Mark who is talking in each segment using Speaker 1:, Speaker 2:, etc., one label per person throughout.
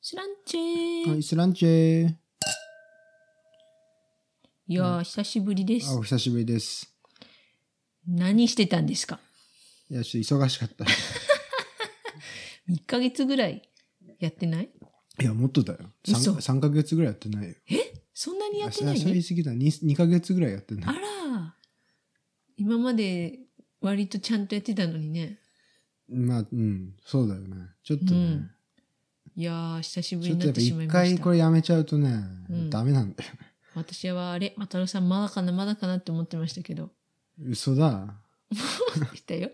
Speaker 1: スランチェー、
Speaker 2: はい、スランチェー。
Speaker 1: いやー、久しぶりで
Speaker 2: あ、
Speaker 1: す
Speaker 2: お。久しぶりです。
Speaker 1: 何してたんですか
Speaker 2: いや、ちょっと忙しかった。 い
Speaker 1: ?1 ヶ月ぐらいやってない
Speaker 2: や、もっとだよ。
Speaker 1: 嘘
Speaker 2: 3, 三ヶ月ぐらいやってないよ。
Speaker 1: そんなにやって
Speaker 2: あ
Speaker 1: な
Speaker 2: そ
Speaker 1: い
Speaker 2: それ言い過ぎだ。2, 二ヶ月ぐらいやって
Speaker 1: あ
Speaker 2: ない。
Speaker 1: ら今まで割とちゃんとやってたのにね。
Speaker 2: まあ、うん、そうだよね。ちょっとね。
Speaker 1: いやー、久しぶ
Speaker 2: ち
Speaker 1: り
Speaker 2: ょっ
Speaker 1: に
Speaker 2: と
Speaker 1: なっ
Speaker 2: やっぱ
Speaker 1: てしまい
Speaker 2: 一
Speaker 1: ま
Speaker 2: 回
Speaker 1: した
Speaker 2: こ。れやめちゃうとね、
Speaker 1: うん
Speaker 2: ダメなんだよね。
Speaker 1: 私はあれ、マタロさんまだかな、まだかなって思ってましたけ ど。
Speaker 2: 嘘だ。
Speaker 1: 来たよ。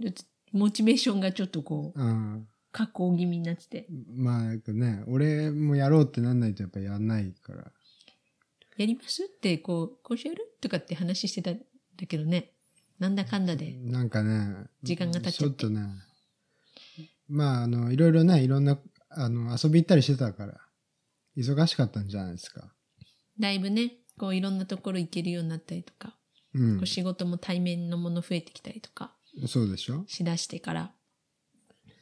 Speaker 1: ちょっとモチベーションがちょっとこう、
Speaker 2: うん。
Speaker 1: 加工気味になってて。
Speaker 2: まあ、なんかね、俺もやろうってなんないとやっぱやんないから。
Speaker 1: やりますって、こう、こうしやるとかって話してたんだけどね。なんだかんだで。
Speaker 2: なんかね、
Speaker 1: 時間が経っちゃって
Speaker 2: ょっとね、まあ、あの、いろいろね、いろんな、あの、遊び行ったりしてたから、忙しかったんじゃないですか。
Speaker 1: だいぶね、こういろんなところ行けるようになったりとか、
Speaker 2: うん
Speaker 1: こう。仕事も対面のもの増えてきたりとか
Speaker 2: そうでしょ
Speaker 1: しだしてから、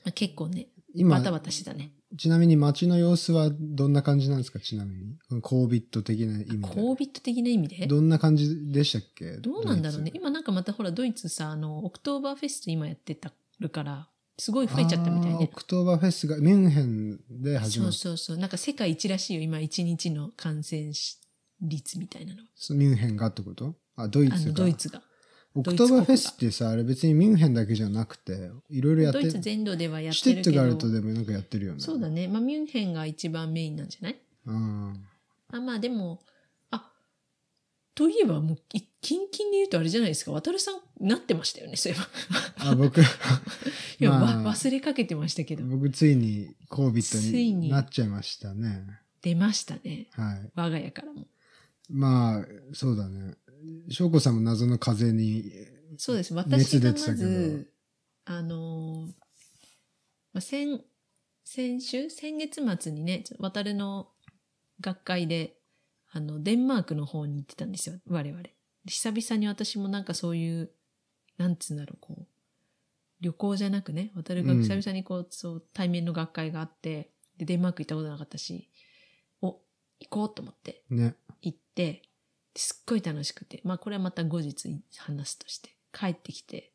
Speaker 1: まあ、結構ね、
Speaker 2: 今
Speaker 1: バ、タバタしてたね。
Speaker 2: ちなみに街の様子はどんな感じなんですかちなみに。この COVID 的な意味
Speaker 1: コービット的な意味で
Speaker 2: で。どんな感じでしたっけ
Speaker 1: どうなんだろうね。
Speaker 2: ドイ
Speaker 1: 今なんかまたほら、ドイツさ、あの、オクトーバーフェスト今やってたるから、すごい
Speaker 2: ツ
Speaker 1: 増えちゃったみたい
Speaker 2: あーオ
Speaker 1: ね。
Speaker 2: クトーバーフェスがミュンヘンで始
Speaker 1: そ
Speaker 2: ま
Speaker 1: う
Speaker 2: っ
Speaker 1: そうそう。なんか世界一らしいよ、今、一日の感染率みたいなの。
Speaker 2: た。ミュンヘンがってことあ、ドイ
Speaker 1: あ
Speaker 2: ツ
Speaker 1: の、
Speaker 2: が。
Speaker 1: ドイツが。
Speaker 2: オクトーバーフェスってさ、あれ別にミュンヘンだけじゃなくて、いろいろやっ
Speaker 1: ド
Speaker 2: て
Speaker 1: イツ全土ではやっ
Speaker 2: シュ
Speaker 1: て
Speaker 2: テ
Speaker 1: る
Speaker 2: ッ
Speaker 1: け
Speaker 2: ト
Speaker 1: ど
Speaker 2: ガ。ルトでもなんかやってるよね。
Speaker 1: そうだね。
Speaker 2: ね。
Speaker 1: まあ、ミュンヘンが一番メインなんじゃない
Speaker 2: うん。
Speaker 1: あまあでも、あ、といえばもう、いキンキンで言うとあれじゃないですか。渡るさん、なってましたよね、そういえば。
Speaker 2: あ、 僕、
Speaker 1: いや、
Speaker 2: まあ
Speaker 1: わ 忘れかけてましたけど。
Speaker 2: 僕ついにコービット
Speaker 1: ついに
Speaker 2: になっちゃいましたね。
Speaker 1: 出ましたね。
Speaker 2: はい。
Speaker 1: 我が家からも。
Speaker 2: まあ、そうだね。翔子さんも謎の風邪に、
Speaker 1: そうです。私
Speaker 2: 熱
Speaker 1: が
Speaker 2: 出
Speaker 1: ま
Speaker 2: てたけど
Speaker 1: ず、あのーまあ、先、先週先月末にね、渡るの学会で、あの、デンマークの方に行ってたんですよ、我々。で久々に私もなんかそういう、なんつうんだろう、こう、旅行じゃなくね、渡るが
Speaker 2: うん
Speaker 1: 久々にこう、そう、対面の学会があって、で、デンマーク行ったことなかったし、お、行こうと思って、
Speaker 2: ね。
Speaker 1: 行って、すっごい楽しくて、まあこれはまた後日話すとして、帰ってきて、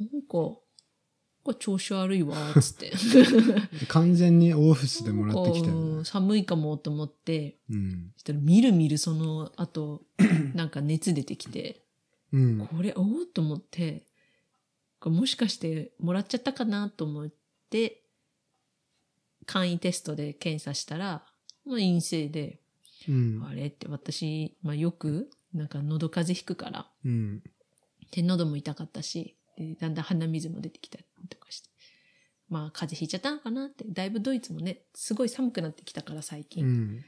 Speaker 1: なんか、なんか調子悪いわ、つって。
Speaker 2: 完全にオフィスでもらってきたよ
Speaker 1: なん
Speaker 2: ね
Speaker 1: か。寒いかもと思って、
Speaker 2: うん。
Speaker 1: そしたらみるみるその 後、なんか熱出てきて、
Speaker 2: うん。
Speaker 1: これ、おおと思って、これもしかしてもらっちゃったかなと思って、簡易テストで検査したら、まあ陰性で、
Speaker 2: うん。
Speaker 1: あれって私、まあ、よく、なんか喉風邪ひくから、
Speaker 2: うん。
Speaker 1: で、喉も痛かったし、で、だんだん鼻水も出てきたりとかして。まあ、風邪ひいちゃったのかなって。だいぶドイツもね、すごい寒くなってきたから最
Speaker 2: う
Speaker 1: 近。
Speaker 2: ん。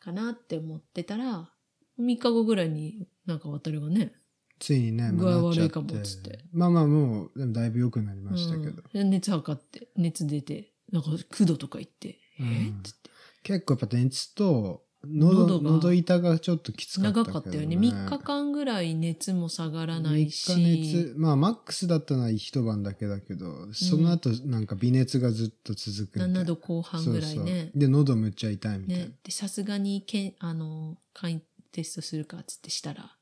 Speaker 1: かなって思ってたら、3日後ぐらいになんか渡るがね、
Speaker 2: ついにね、
Speaker 1: 具合
Speaker 2: まあなっちゃ
Speaker 1: 悪い
Speaker 2: て
Speaker 1: かもっつって
Speaker 2: まあまあもう、でもだいぶ良くなりましたけど。
Speaker 1: うん、熱測って、熱出て、なんか9度とか言って、
Speaker 2: うん
Speaker 1: えーっつって。
Speaker 2: 結構やっぱ熱と、
Speaker 1: 喉
Speaker 2: 喉、
Speaker 1: が
Speaker 2: 喉痛がちょっときつかったけど、
Speaker 1: 長かったよね。3日間ぐらい熱も下がらないし。
Speaker 2: 3日熱、まあマックスだったのは一晩だけだけど、その後なんか微熱がずっと続くみたいな。
Speaker 1: 7度後半ぐらいね。
Speaker 2: そうそうで、喉むっちゃ痛いみたいな。
Speaker 1: ね、で、さすがにけん、あの、簡易テストするかっつってしたら、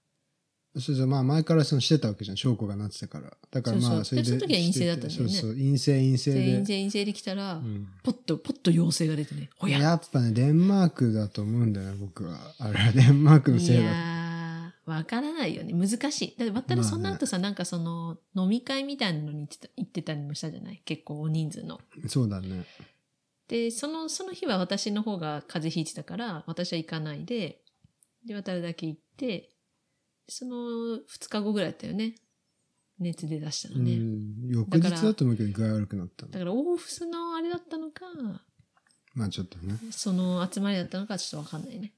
Speaker 2: そうそう、まあ前からそのしてたわけじゃん、証拠がなってたから。だからまあ
Speaker 1: そそう
Speaker 2: そうれ
Speaker 1: で
Speaker 2: で。
Speaker 1: その時は陰性だったんだよね
Speaker 2: しててそうそう、陰性陰性で。
Speaker 1: 全員全員整理来たら、
Speaker 2: うん
Speaker 1: ポッと、ポッと陽性が出てね、ほや
Speaker 2: やっぱね、デンマークだと思うんだよね、僕は。あれはデンマークの
Speaker 1: い
Speaker 2: せいだ。
Speaker 1: やー、わからないよね。難しい。だって、わったら
Speaker 2: まあね
Speaker 1: その後さ、なんかその、飲み会みたいなのに行ってた行ってたりもしたじゃない結構大人数の。
Speaker 2: そうだね。
Speaker 1: で、その、その日は私の方が風邪ひいてたから、私は行かないで、で、渡るだけ行って、その2日後ぐらいだったよね。熱出だしたの
Speaker 2: う
Speaker 1: ね。
Speaker 2: ん。翌日だと思うけど、具合悪くなったの
Speaker 1: だから、オーフスのあれだったのか、
Speaker 2: まあちょっとね。
Speaker 1: その集まりだったのか、ちょっとわかんないね。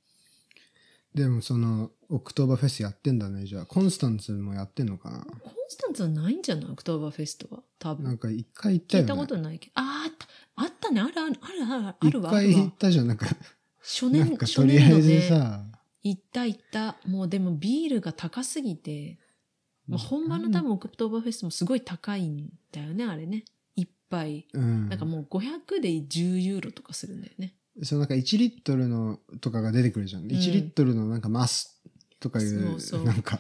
Speaker 2: でもその、オクトーバーフェスやってんだね、じゃあ。コンスタンツもやってんのかな
Speaker 1: コンスタンツはないんじゃないオクトーバーフェストは。多
Speaker 2: な
Speaker 1: 分。
Speaker 2: んか一回行った
Speaker 1: 聞
Speaker 2: よ
Speaker 1: い
Speaker 2: ね。
Speaker 1: たことないけど。あーあった、あったね。あるある、あるある、あ
Speaker 2: 一
Speaker 1: るわ。あ
Speaker 2: 回
Speaker 1: る
Speaker 2: 行っ
Speaker 1: わ
Speaker 2: たじゃん、なんか、
Speaker 1: 初
Speaker 2: な
Speaker 1: 年、
Speaker 2: んか
Speaker 1: 初
Speaker 2: とりあ
Speaker 1: 年
Speaker 2: え
Speaker 1: 度
Speaker 2: ず
Speaker 1: で
Speaker 2: さ、
Speaker 1: 行った行った。もうでもビールが高すぎて、まあ、本場の多分オクトーバーフェストもすごい高いんだよね、あれね。一杯、
Speaker 2: うん。
Speaker 1: なんかもう500で10ユーロとかするんだよね。
Speaker 2: そのなんか1リットルのとかが出てくるじゃん。1リットルのなんかマスとかい
Speaker 1: そう
Speaker 2: う、
Speaker 1: そう
Speaker 2: なんか、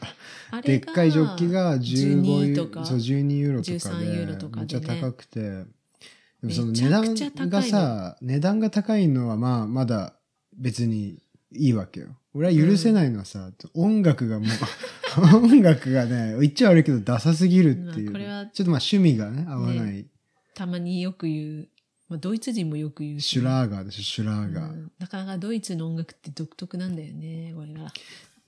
Speaker 1: あ
Speaker 2: で
Speaker 1: れ
Speaker 2: っかいジョッキが15
Speaker 1: 12
Speaker 2: ユ
Speaker 1: とか
Speaker 2: そう、12ユーロとかで、
Speaker 1: 13ユーロとかでね
Speaker 2: めっちゃ高くて、でもその
Speaker 1: め
Speaker 2: 値
Speaker 1: ちゃくちゃ
Speaker 2: 段がさ、値段が高いのはまあ、まだ別にいいわけよ。俺は許せないのはさ、音楽がもう、 音楽がね、言っちゃ悪いけどダサすぎるっていう。
Speaker 1: まあこれは
Speaker 2: ちょっとまあ趣味がね、合わない。
Speaker 1: たまによく言う、まあ、ドイツ人もよく言う
Speaker 2: シュラーガーでしょ、シュラーガー。
Speaker 1: うんなかなかドイツの音楽って独特なんだよね、これが。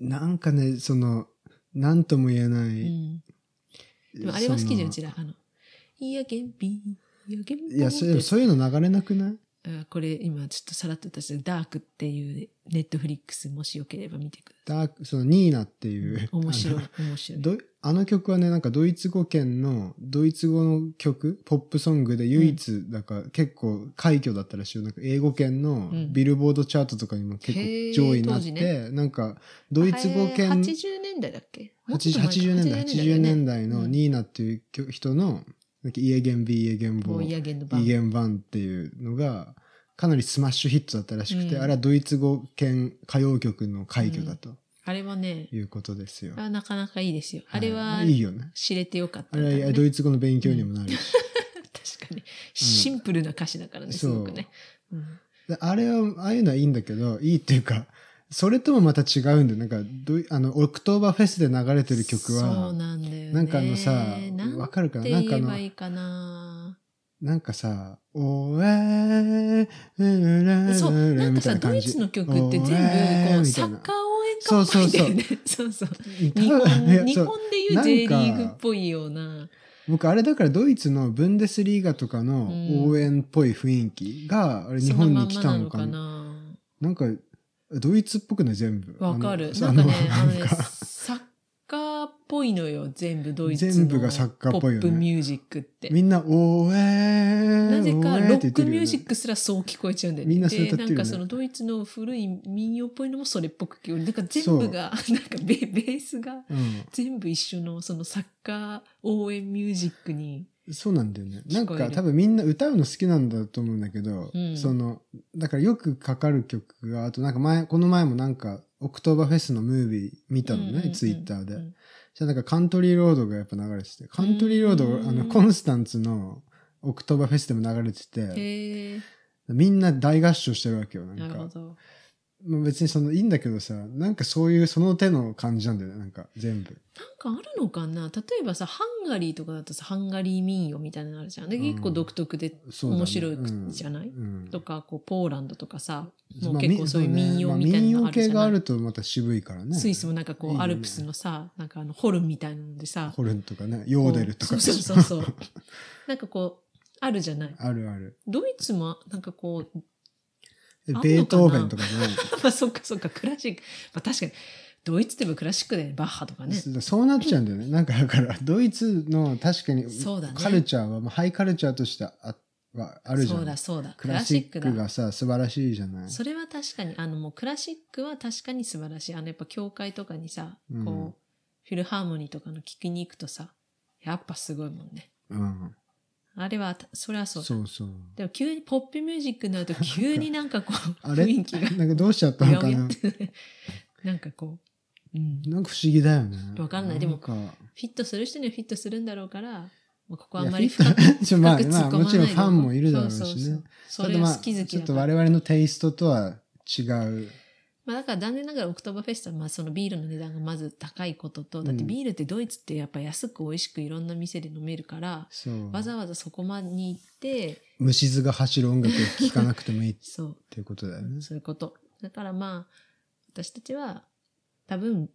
Speaker 2: なんかね、その、なんとも言えな
Speaker 1: う
Speaker 2: い。
Speaker 1: ん。でもあれは好きじゃん、うち
Speaker 2: ら。
Speaker 1: ら。あの、いやけんぴー、いやけんぽんって
Speaker 2: いや、そうそういうの流れなくない
Speaker 1: あこれ今ちょっとさらっと言ったんですけどダークっていうネットフリックスもしよければ見てくだ
Speaker 2: ダーク、その、ニーナっていう。
Speaker 1: さい。面白
Speaker 2: あ
Speaker 1: い、面白
Speaker 2: の
Speaker 1: い。
Speaker 2: どあの曲はね、なんかドイツ語圏の、ドイツ語の曲、ポップソングで唯一、だから結構快挙だったらしいよ。なんか英語圏の
Speaker 1: うん
Speaker 2: ビルボードチャートとかにも結
Speaker 1: へー
Speaker 2: 構上位になっ
Speaker 1: 当時
Speaker 2: て、
Speaker 1: ね
Speaker 2: なんかドイツ語
Speaker 1: あれ
Speaker 2: 圏、
Speaker 1: 80年代だっけもっと前か
Speaker 2: 80年代、80年代
Speaker 1: う
Speaker 2: の
Speaker 1: ん
Speaker 2: ニーナっていう曲人の、なんかイエゲンビイエゲンボ
Speaker 1: ボ
Speaker 2: ー
Speaker 1: ーイヤーゲンの番
Speaker 2: イゲンバンっていうのが、かなりスマッシュヒットだったらしくて、
Speaker 1: うん
Speaker 2: あれはドイツ語圏歌謡曲の快挙だと
Speaker 1: あれはね、
Speaker 2: いうことですよ。
Speaker 1: あなかなかいいですよ。あれ
Speaker 2: ま
Speaker 1: は
Speaker 2: あいいよね。
Speaker 1: 知れてよかった
Speaker 2: あ
Speaker 1: んだろうね、
Speaker 2: れはドイツ語の勉強にもなるし。
Speaker 1: 確かに。シンプルな歌詞だからね、すごくね。うん
Speaker 2: であれは、ああいうのはいいんだけど、いいっていうか、それともまた違うんだよ。なんかドイ、あの、オクトーバーフェスで流れてる曲
Speaker 1: そう
Speaker 2: は、
Speaker 1: なんだよね。
Speaker 2: なんかあのさ
Speaker 1: なん
Speaker 2: わかるかな
Speaker 1: て
Speaker 2: なんか
Speaker 1: 言
Speaker 2: あ
Speaker 1: え
Speaker 2: の
Speaker 1: ばいいかな。
Speaker 2: なんかさ、おえー、
Speaker 1: そう、なんかさ、ドイツの曲って全部、こう、サッカー応援歌っぽいんだよね。 そうそう。
Speaker 2: ー
Speaker 1: 日本日
Speaker 2: そう
Speaker 1: 本でいう J リーグっぽいような。
Speaker 2: 僕あれだからドイツのブンデスリーガとかの応援っぽい雰囲気が、あれ日
Speaker 1: その
Speaker 2: 本
Speaker 1: ま
Speaker 2: に
Speaker 1: ん
Speaker 2: 来
Speaker 1: ま
Speaker 2: た
Speaker 1: な
Speaker 2: の
Speaker 1: の
Speaker 2: かな
Speaker 1: かな。
Speaker 2: なんかドイツっぽくない全部
Speaker 1: わかる。
Speaker 2: あの
Speaker 1: なんかね、
Speaker 2: あ
Speaker 1: あ
Speaker 2: の
Speaker 1: のね、サッカーっぽいのよ、全部ドイツの。
Speaker 2: 全部がサッカーっぽいよね
Speaker 1: ポップミュージックって。
Speaker 2: みんな「応援
Speaker 1: なぜ
Speaker 2: 応
Speaker 1: か
Speaker 2: 援
Speaker 1: ロッ
Speaker 2: って言って
Speaker 1: ク
Speaker 2: る
Speaker 1: ミ
Speaker 2: よ
Speaker 1: ュ
Speaker 2: ね
Speaker 1: ージックすらそう聞こえちゃうんだよね。
Speaker 2: みんなそれ歌ってるよね
Speaker 1: で、なんかそのドイツの古い民謡っぽいのもそれっぽく聞こえる。なんか全部が、なんかベベースが全部一緒の、そのサッカー応援ミュージックに。
Speaker 2: うん、そうなんだよねなん
Speaker 1: 聞こえ
Speaker 2: か
Speaker 1: る
Speaker 2: 多分みんな歌うの好きなんだと思うんだけど、
Speaker 1: うん
Speaker 2: そのだからよくかかる曲があとなんか前この前もなんかオクトーバーフェスのムービー見たのね、
Speaker 1: うんうんうん
Speaker 2: ツイッターで、
Speaker 1: うん
Speaker 2: じゃあなんかカントリーロードがやっぱ流れてて、カントリーロード、
Speaker 1: うん
Speaker 2: あの、コンスタンツのオクトーバーフェスでも流れてて、
Speaker 1: へえ、
Speaker 2: みんな大合唱してるわけよ、な
Speaker 1: なんるほ
Speaker 2: か。
Speaker 1: ど。
Speaker 2: まあ別にその、いいんだけどさ、なんかそういうその手の感じなんだよね、なんか全部。
Speaker 1: なんかあるのかな例えばさ、ハンガリーとかだとさ、ハンガリー民謡みたいなのあるじゃん。で、
Speaker 2: うん
Speaker 1: 結構独特で
Speaker 2: そうだね
Speaker 1: 面白いじゃない、
Speaker 2: うん。
Speaker 1: とか、こう、ポーランドとかさ、
Speaker 2: まあ
Speaker 1: もう結構そういう民謡みたいなのある
Speaker 2: 民
Speaker 1: じ
Speaker 2: 謡系
Speaker 1: ゃ
Speaker 2: が
Speaker 1: な
Speaker 2: あ
Speaker 1: い、
Speaker 2: るとまた渋いからね。
Speaker 1: スイスもなんかこ、
Speaker 2: いいうよね
Speaker 1: アルプスのさ、なんかあの、ホルンみたいなのでさ、
Speaker 2: ホルンとかね、ヨーデルとか。
Speaker 1: そうそうそうそう。なんかこう、あるじゃない。
Speaker 2: あるある。
Speaker 1: ドイツも、なんかこう、
Speaker 2: え
Speaker 1: あんのかな
Speaker 2: ベートーベンとかじゃない
Speaker 1: まあそっかそっか、クラシック。まあ確かに、ドイツってクラシックでバッハとかね。
Speaker 2: そうなっちゃうんだよね。なんかだから、ドイツの確かに
Speaker 1: そうだね
Speaker 2: カルチャーは、まあハイカルチャーとしてあはあるじゃ
Speaker 1: そうんだ。そうだ、
Speaker 2: ク
Speaker 1: ク
Speaker 2: ラ
Speaker 1: ラ
Speaker 2: シ
Speaker 1: シ
Speaker 2: ッ
Speaker 1: ック
Speaker 2: ク
Speaker 1: だ。
Speaker 2: がさ、素晴らしいじゃない。
Speaker 1: それは確かに、あのもうクラシックは確かに素晴らしい。あのやっぱ教会とかにさ、
Speaker 2: うん
Speaker 1: こう、フィルハーモニーとかの聞きに行くとさ、やっぱすごいもんね。
Speaker 2: うん。
Speaker 1: あれは、それはそうだ。
Speaker 2: そうそう。
Speaker 1: でも急にポップミュージックになると急になんかこう、
Speaker 2: あれ
Speaker 1: 雰囲気が、
Speaker 2: なんかどうしちゃった
Speaker 1: う
Speaker 2: の
Speaker 1: や
Speaker 2: か
Speaker 1: うや
Speaker 2: な
Speaker 1: っ。て、なんかこう、うん、
Speaker 2: なんか不思議だよね。
Speaker 1: わかんないでも
Speaker 2: んか、
Speaker 1: フィットする人にはフィットするんだろうから、まあ、ここはあ
Speaker 2: い
Speaker 1: ん
Speaker 2: や
Speaker 1: ま
Speaker 2: フ
Speaker 1: り
Speaker 2: ィ
Speaker 1: 深く、
Speaker 2: ットちょ まあ
Speaker 1: 深く突っ込
Speaker 2: ま
Speaker 1: ま
Speaker 2: あ
Speaker 1: ない
Speaker 2: もちろんファンもいるだろう
Speaker 1: そう
Speaker 2: し
Speaker 1: そうそ
Speaker 2: ね
Speaker 1: う。そ
Speaker 2: た
Speaker 1: れ
Speaker 2: だ
Speaker 1: は
Speaker 2: まあ
Speaker 1: 好き好
Speaker 2: ち
Speaker 1: き
Speaker 2: ょっ
Speaker 1: だか
Speaker 2: と
Speaker 1: ら。
Speaker 2: 我々のテイストとは違う。
Speaker 1: まあだから残念ながらオクトーバーフェスタはまあそのビールの値段がまず高いことと、
Speaker 2: ん
Speaker 1: だってビールってドイツってやっぱ安く美味しくいろんな店で飲めるから、
Speaker 2: そう。
Speaker 1: わざわざそこまでに行って、
Speaker 2: 虫図が走る音楽を聴かなくてもいいっ
Speaker 1: そ
Speaker 2: ていうことだよ ね
Speaker 1: う、。そういうこと。だからまあ、私たちは多分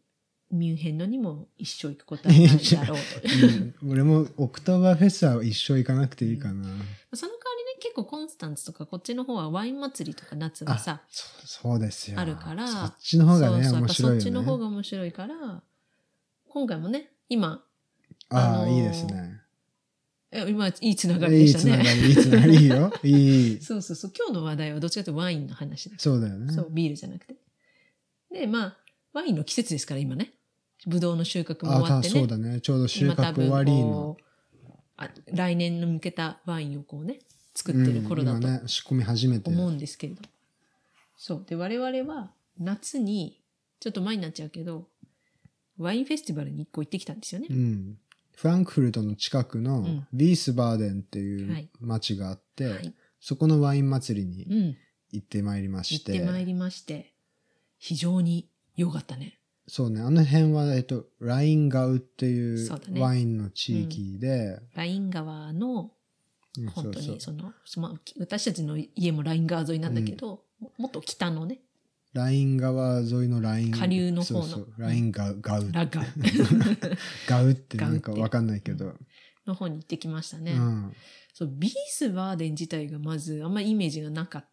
Speaker 1: ミュンヘンのにも一生行くことはないだ ろうと。
Speaker 2: うん俺もオクトーバーフェスは一生行かなくていいかな。
Speaker 1: その代わりね、結構コンスタンツとかこっちの方はワイン祭りとか夏はさ、
Speaker 2: そうそうですよ。
Speaker 1: あるから
Speaker 2: そっちの方がね、
Speaker 1: そうそう、やっ
Speaker 2: 面
Speaker 1: ぱ
Speaker 2: 白い
Speaker 1: そ
Speaker 2: よ
Speaker 1: っ
Speaker 2: ね。
Speaker 1: ちの方が面白いから、今回もね、今、
Speaker 2: あ
Speaker 1: あ
Speaker 2: あ、
Speaker 1: のー
Speaker 2: いいですね。
Speaker 1: え今、いいつながり
Speaker 2: い
Speaker 1: で
Speaker 2: い
Speaker 1: した
Speaker 2: つなが
Speaker 1: ね。
Speaker 2: り、いいつながり、いいよ。い い。
Speaker 1: そうそうそう、今日の話題はどっちかというとワインの話です。
Speaker 2: そうだよね。
Speaker 1: そう、ビールじゃなくて。で、まあ、ワインの季節ですから、今ね。ブドウの収穫も
Speaker 2: あ
Speaker 1: 終わ
Speaker 2: た
Speaker 1: ってね。
Speaker 2: そうだね。ちょうど収
Speaker 1: 今多
Speaker 2: 穫
Speaker 1: 分
Speaker 2: 終わりの。
Speaker 1: こうあ来年に向けたワインをこうね、作ってる頃だ
Speaker 2: うん
Speaker 1: と
Speaker 2: 今ね、仕込み始めて。
Speaker 1: 思うんですけれども。そう。で、我々は夏に、ちょっと前になっちゃうけど、ワインフェスティバルに一個行ってきたんですよね
Speaker 2: う。ん。フランクフルトの近く
Speaker 1: う
Speaker 2: の
Speaker 1: ん
Speaker 2: ビースバーデンって
Speaker 1: はいいう
Speaker 2: 町があって、
Speaker 1: はい。
Speaker 2: そこのワイン祭りに
Speaker 1: うん。
Speaker 2: 行ってまいりま
Speaker 1: 行
Speaker 2: し、
Speaker 1: っててまいりまして、非常に良かったね。
Speaker 2: そうね、あの辺は、えっと、ラインガウってい
Speaker 1: そううだね
Speaker 2: ワインの地域で、
Speaker 1: ライン川の、
Speaker 2: うん
Speaker 1: 本当
Speaker 2: そう
Speaker 1: に
Speaker 2: そう
Speaker 1: その、その私たちの家もライン川沿いなんだけど、ももっと北のね、
Speaker 2: ライン川沿いのライン
Speaker 1: 下流の方の
Speaker 2: そうそうラインガウガウ
Speaker 1: ラガ
Speaker 2: ガウってなんかわかんないけど、
Speaker 1: の方に行ってきました
Speaker 2: う
Speaker 1: ね。
Speaker 2: ん、
Speaker 1: そう、ビースバーデン自体がまずあんまりイメージがなかっ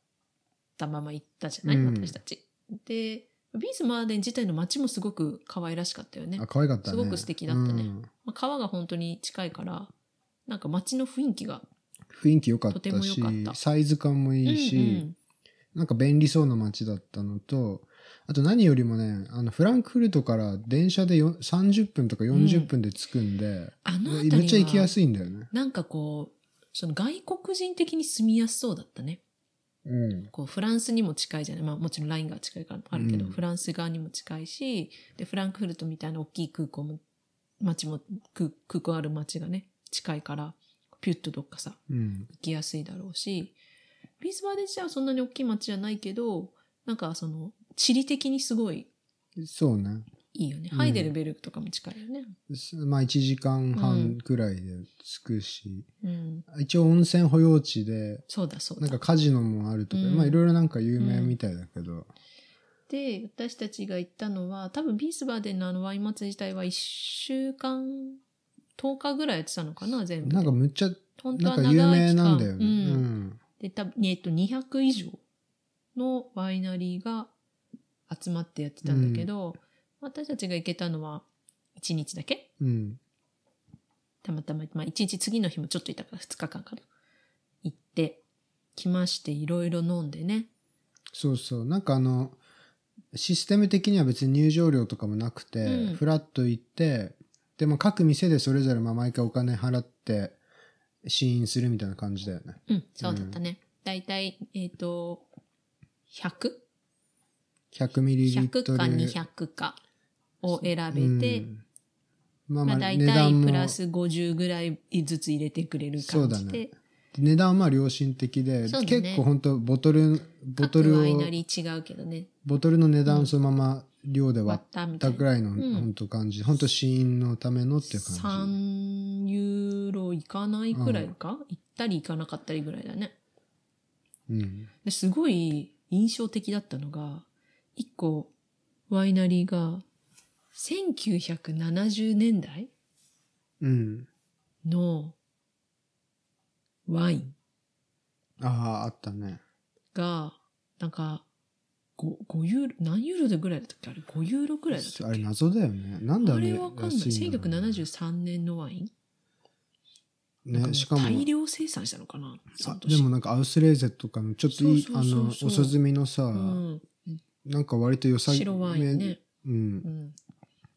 Speaker 1: たまま行ったじゃない、
Speaker 2: うん
Speaker 1: 私たち。で、ビースバーデン自体の街もすごく可愛らしかったよね。
Speaker 2: あ可愛かった
Speaker 1: す
Speaker 2: ね
Speaker 1: ごく素敵だったね
Speaker 2: うん
Speaker 1: まあ、川が本当に近いから、なんか街の雰囲気が
Speaker 2: 雰囲気良かっ
Speaker 1: とて
Speaker 2: た
Speaker 1: も
Speaker 2: し
Speaker 1: 良かった
Speaker 2: サイズ感もいいし、
Speaker 1: うん
Speaker 2: なんか便利そうな街だったのと、あと何よりもね、あの、フランクフルトから電車でよ30分とか40分で着くんで、
Speaker 1: あの辺りは
Speaker 2: めっちゃ行きやすいんだよね。
Speaker 1: なんかこう、その外国人的に住みやすそうだったね。
Speaker 2: うん。
Speaker 1: こうフランスにも近いじゃない、まあ、もちろんラインが近いからあるけど、
Speaker 2: うん
Speaker 1: フランス側にも近いしでフランクフルトみたいな大きい空港も街も空空港ある街がね近いからピュッとどっかさ
Speaker 2: うん。
Speaker 1: 行きやすいだろうしビースバーデン自体はそんなに大きい街じゃないけどなんかその地理的にすごい
Speaker 2: そうね。
Speaker 1: いいよね、
Speaker 2: うん
Speaker 1: ハイデルベルクとかも近いよね。
Speaker 2: すまあ1時間半くらいで着くし、
Speaker 1: うん、
Speaker 2: 一応温泉保養地で、
Speaker 1: そうだそうだ
Speaker 2: なんかカジノもあるとか、
Speaker 1: うん
Speaker 2: まあいろいろなんか有名みたいだけど、
Speaker 1: で、私たちが行ったのは、多分ビースバーデンのあのワイン祭り自体は1週間、10日ぐらいやってたのかな、全部で。
Speaker 2: なんかむっちゃ、
Speaker 1: 本当
Speaker 2: な
Speaker 1: は
Speaker 2: ん
Speaker 1: 長
Speaker 2: か
Speaker 1: い期
Speaker 2: 有
Speaker 1: 間
Speaker 2: 名なんだよね。
Speaker 1: う
Speaker 2: うんん。
Speaker 1: で、多分、えっと、200以上のワイナリーが集まってやってたんだけど、私たちが行けたのは1日だけ
Speaker 2: うん。
Speaker 1: たまたま、まあ1日次の日もちょっといたから2日間かな。行って、来まして、いろいろ飲んでね。
Speaker 2: そうそう。なんかあの、システム的には別に入場料とかもなくて、
Speaker 1: うん
Speaker 2: フラッと行って、で、まあ各店でそれぞれまあ毎回お金払って、試飲するみたいな感じだよね。
Speaker 1: うん、そうだったね。だいたい、えっ、と、100?
Speaker 2: 100ミリリット
Speaker 1: 100
Speaker 2: ル。
Speaker 1: か200かを選
Speaker 2: うん
Speaker 1: べて、
Speaker 2: ま
Speaker 1: ま
Speaker 2: あま
Speaker 1: あ
Speaker 2: あ
Speaker 1: 大
Speaker 2: 値段
Speaker 1: 体
Speaker 2: も
Speaker 1: プラス50ぐらいずつ入れてくれる
Speaker 2: そ
Speaker 1: 感
Speaker 2: うだ
Speaker 1: じ
Speaker 2: ね
Speaker 1: で、
Speaker 2: 値段はまあ良心的で、
Speaker 1: そうだね
Speaker 2: 結構本当ボトル、ボト
Speaker 1: 各
Speaker 2: ル
Speaker 1: ワイ
Speaker 2: を
Speaker 1: ナ、リー違うけどね、
Speaker 2: ボトルの値段をそのまま量で割
Speaker 1: 割っ
Speaker 2: った
Speaker 1: みた
Speaker 2: た
Speaker 1: い
Speaker 2: ぐ
Speaker 1: な。
Speaker 2: らいの
Speaker 1: ん
Speaker 2: 本当感じ。本当試飲のためのっていう感じ。
Speaker 1: 3ユーロいかないくらいか、行ったり行かなかったりぐらいだね。
Speaker 2: うん。
Speaker 1: ですごい印象的だったのが、一個ワイナリーが1970年代
Speaker 2: うん。
Speaker 1: のワイン。
Speaker 2: ああ、あったね。
Speaker 1: が、なんか、5, 5ユーロ、何ユーロでぐらいだったっけあれ5ユーロぐらいだった
Speaker 2: あ
Speaker 1: っ
Speaker 2: れ
Speaker 1: け
Speaker 2: 謎だよね。なんだ
Speaker 1: あ
Speaker 2: ね。
Speaker 1: れわかんない。
Speaker 2: 安だろうね
Speaker 1: 1973年のワインなん
Speaker 2: ね、しか
Speaker 1: も
Speaker 2: も
Speaker 1: う、大量生産したのかなその
Speaker 2: あ
Speaker 1: 年
Speaker 2: でもなんかアウスレーゼとかのちょっといい、
Speaker 1: そう
Speaker 2: あ
Speaker 1: そうそう
Speaker 2: の、
Speaker 1: そう
Speaker 2: 遅積みのさ、
Speaker 1: うん、
Speaker 2: なんか割と良さ
Speaker 1: 白ワインね。
Speaker 2: うん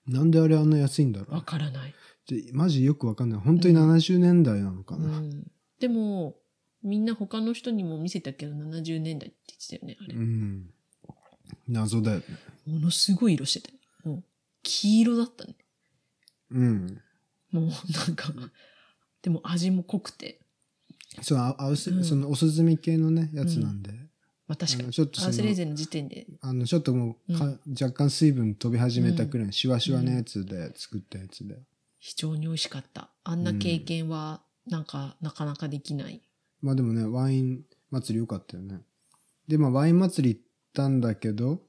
Speaker 1: う。ん。
Speaker 2: なんであれあんな安いんだろ
Speaker 1: わ
Speaker 2: う。
Speaker 1: からない。
Speaker 2: でマジよくわかんない。本当に
Speaker 1: うん
Speaker 2: 70年代なのか
Speaker 1: う
Speaker 2: な。
Speaker 1: ん。でも、みんな他の人にも見せたけど、70年代って言ってたよね、あ
Speaker 2: う
Speaker 1: れ。
Speaker 2: ん。謎だよね。
Speaker 1: ものすごい色してたよ。もう、黄色だったね。
Speaker 2: うん。
Speaker 1: もう、なんか、でも味も濃くて。
Speaker 2: そう、アアウス、
Speaker 1: うん
Speaker 2: その遅積み系のね、やつなんで。
Speaker 1: まあ確か
Speaker 2: あの
Speaker 1: に。
Speaker 2: ちょっとそ
Speaker 1: ア
Speaker 2: の
Speaker 1: ースレーゼの時点で
Speaker 2: あの、ちょっともうか、
Speaker 1: う
Speaker 2: 若干水分飛び始めたくらいのシワシワのやつで作ったやつで。
Speaker 1: 非常に美味しかった。あんな経験は、なんか、なかなかできない。
Speaker 2: まあでもね、ワイン祭り良かったよね。で、まあワイン祭り行ったんだけど、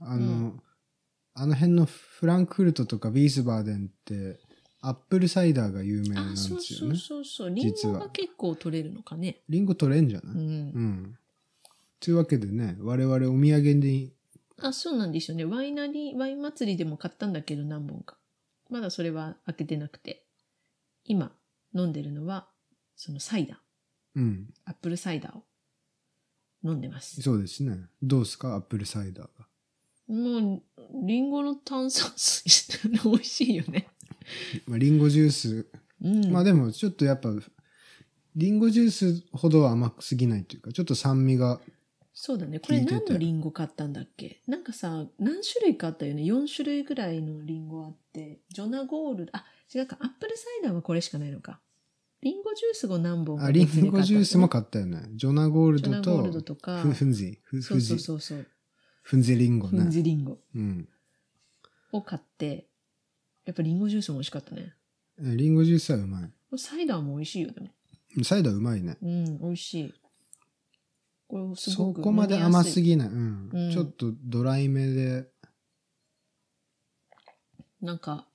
Speaker 2: あの、
Speaker 1: うん
Speaker 2: あの辺のフランクフルトとかビースバーデンって、アップルサイダーが有名なん
Speaker 1: あ、
Speaker 2: ですよ
Speaker 1: そ
Speaker 2: ね
Speaker 1: う。そうそうそう。リン
Speaker 2: 実
Speaker 1: ゴ
Speaker 2: は
Speaker 1: が結構取れるのかね。
Speaker 2: リンゴ取れんじゃな
Speaker 1: う
Speaker 2: い、
Speaker 1: ん
Speaker 2: うん、。というわけでね、我々お土産に、
Speaker 1: あ、そうなんですよね。ワイナリー、ワイン祭りでも買ったんだけど何本か。まだそれは開けてなくて。今、飲んでるのは、そのサイダー、
Speaker 2: うん、
Speaker 1: アップルサイダーを飲んでます。
Speaker 2: そうですね。どうですかアップルサイダーが。
Speaker 1: もう、 リンゴの炭酸水、美味しいよね。
Speaker 2: まあ、リンゴジュース
Speaker 1: うん。
Speaker 2: まあでもちょっとやっぱ、リンゴジュースほどは甘すぎないというか、ちょっと酸味が、
Speaker 1: そうだね。これ
Speaker 2: 聞いてて
Speaker 1: 何のリンゴ買ったんだっけなんかさ、何種類かあったよね。4種類ぐらいのリンゴあって、ジョナゴールド、あ、違うか、アップルサイダーはこれしかないのか。リンゴジュースを何本
Speaker 2: あ、
Speaker 1: か
Speaker 2: リ
Speaker 1: 別に買ったんだよね。
Speaker 2: ンゴジュースも買ったよね。ジョナゴール
Speaker 1: ジョ
Speaker 2: ド
Speaker 1: ナゴールド
Speaker 2: と、
Speaker 1: とか
Speaker 2: ふ、ふんぜ、ふ
Speaker 1: そう
Speaker 2: ふ
Speaker 1: そう
Speaker 2: ぜ、
Speaker 1: そうそう、
Speaker 2: ふんぜリンゴ
Speaker 1: ふん
Speaker 2: ね。
Speaker 1: じリンゴ
Speaker 2: うん。
Speaker 1: を買って、やっぱリンゴジュースも美味しかったね。
Speaker 2: えリンゴジュースはうまい。
Speaker 1: サイダーも美味しいよ、でも。
Speaker 2: サイダーうまいね。
Speaker 1: うん、美味しい。これす
Speaker 2: そ
Speaker 1: ごく
Speaker 2: こまで甘す
Speaker 1: ぎ。
Speaker 2: ぎない。うん。
Speaker 1: うん
Speaker 2: ちょっとドライめで、
Speaker 1: なんか、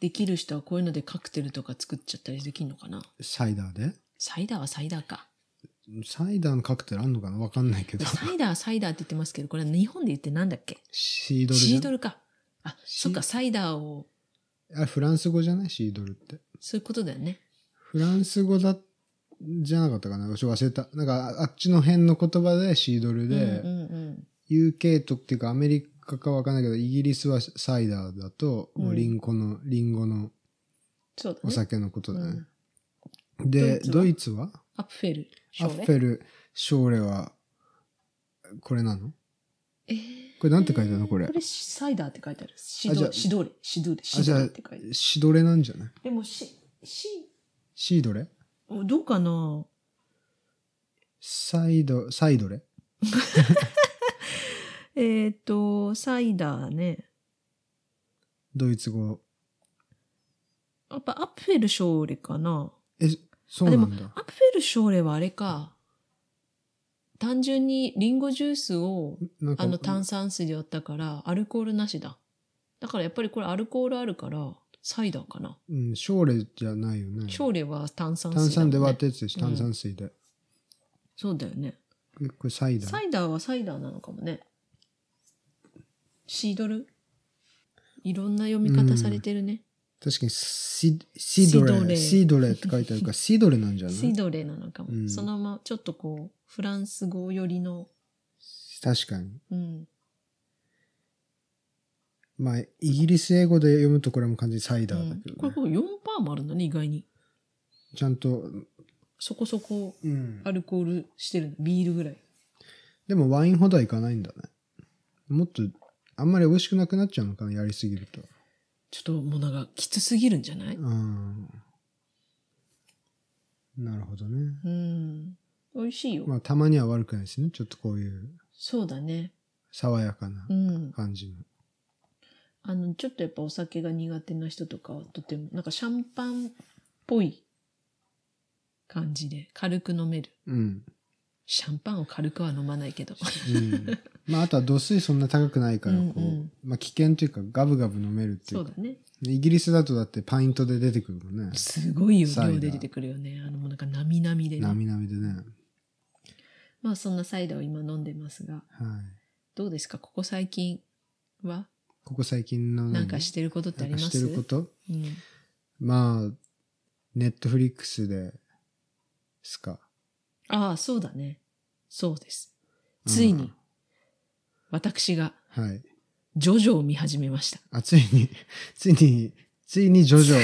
Speaker 1: できる人はこういうのでカクテルとか作っちゃったりできるのかな
Speaker 2: サイダーで。
Speaker 1: サイダーはサイダー か。
Speaker 2: サイダーのカクテルあんのかなわかんないけど。
Speaker 1: サイダー、サイダーって言ってますけど、これは日本で言ってなんだっけ
Speaker 2: シードルじ
Speaker 1: シ
Speaker 2: ゃ
Speaker 1: ー
Speaker 2: ん
Speaker 1: ドルか。あ、
Speaker 2: シ
Speaker 1: そっか、サイダーを、
Speaker 2: あ、フランス語じゃないシードルって。
Speaker 1: そういうことだよね。
Speaker 2: フランス語だ、じゃなかったかなちょっと忘れた。なんか、ああっちの辺の言葉でシードルで、
Speaker 1: うんうん
Speaker 2: UK とっていうかアメリカかわかんないけど、イギリスはサイダーだと、もうリンゴの、リンゴの
Speaker 1: そうだね。
Speaker 2: お酒のことだね。
Speaker 1: うん
Speaker 2: で、
Speaker 1: ド
Speaker 2: ド
Speaker 1: イ
Speaker 2: イツは
Speaker 1: アップフェル。
Speaker 2: アッフェル、ショーレは、これなの
Speaker 1: え
Speaker 2: これなんて書いてあるのこれ
Speaker 1: こ。れサイダーって書いてある。シ
Speaker 2: あじゃ
Speaker 1: ド
Speaker 2: あ
Speaker 1: シドレ、シドレ、
Speaker 2: あ、
Speaker 1: シ
Speaker 2: じ
Speaker 1: ド
Speaker 2: ゃ
Speaker 1: レ
Speaker 2: あ
Speaker 1: って書いてある。、
Speaker 2: シドレなんじゃない
Speaker 1: でも、し、し、
Speaker 2: シードレ
Speaker 1: どうかな
Speaker 2: サイド、サイドレ
Speaker 1: えっ、と、サイダーね。
Speaker 2: ドイツ語。
Speaker 1: やっぱアップフェルショーレかな
Speaker 2: え、そうなんだ。
Speaker 1: アップフェルショーレはあれか。単純にリンゴジュースを
Speaker 2: なんか
Speaker 1: あの炭酸水で割ったから、アルコールなしだ。だからやっぱりこれアルコールあるから、サイダーかな。
Speaker 2: うん、ショーレじゃないよね。
Speaker 1: ショーレは炭酸水、
Speaker 2: 炭酸で割っ
Speaker 1: る。
Speaker 2: たやつでしょ、
Speaker 1: うん
Speaker 2: 炭酸水で。
Speaker 1: そうだよね。
Speaker 2: これこれサイダー
Speaker 1: サ。イダーはサイダーなのかもね。シードルいろんな読み方されてるね。
Speaker 2: 確かにシ、シド
Speaker 1: シドレ
Speaker 2: レ、シドレって書いてあるから、シドレなんじゃな
Speaker 1: シ
Speaker 2: い
Speaker 1: ドレなのかも。
Speaker 2: うん
Speaker 1: そのまま、ちょっとこう、フランス語寄りの、
Speaker 2: 確かに。
Speaker 1: うん。
Speaker 2: まあ、イギリス英語で読むとこれも完全にサイ
Speaker 1: う
Speaker 2: ダーだ
Speaker 1: ん
Speaker 2: けど、
Speaker 1: これ
Speaker 2: ね
Speaker 1: こう4%もあるんだね、意外に。
Speaker 2: ちゃんと、
Speaker 1: そこそこ
Speaker 2: うん
Speaker 1: ア。ルコールしてるの。ビールぐらい。
Speaker 2: でもワインほどはいかないんだね。もっと、あんまり美味しくなくなっちゃうのかな、やりすぎると。
Speaker 1: ちょっともうなんか、きつすぎるんじゃない
Speaker 2: うん。なるほどね。
Speaker 1: うん。美味しいよ。
Speaker 2: まあ、たまには悪くないですね。ちょっとこういう
Speaker 1: そうだね。
Speaker 2: 爽やかな
Speaker 1: うん。
Speaker 2: 感じの。
Speaker 1: あの、ちょっとやっぱお酒が苦手な人とかはとても、なんかシャンパンっぽい感じで軽く飲める。
Speaker 2: うん。
Speaker 1: シャンパンを軽くは飲まないけど。
Speaker 2: うん、まああとは度数そんな高くないからこう、
Speaker 1: うんうん
Speaker 2: まあ、危険というかガブガブ飲めるってい
Speaker 1: そうう
Speaker 2: か
Speaker 1: だね。
Speaker 2: イギリスだとだってパイントで出てくるもんね
Speaker 1: すごいよ
Speaker 2: サイダ
Speaker 1: 量
Speaker 2: ー
Speaker 1: で出てくるよね。あの、もうなんか、なみなみで
Speaker 2: な
Speaker 1: ね。
Speaker 2: みなみでね
Speaker 1: まあ、そんなサイダーを今飲んでますが、
Speaker 2: はい
Speaker 1: どうですかここ最近は、
Speaker 2: ここ最近の何
Speaker 1: なんかしてることってありま
Speaker 2: なん
Speaker 1: す
Speaker 2: かしてること
Speaker 1: うん。
Speaker 2: まあネットフリックスですか
Speaker 1: ああ、そうだね。そうです。ついに、私が、
Speaker 2: はい
Speaker 1: ジョジョを見始めました。
Speaker 2: あついに ついについに ジョジョ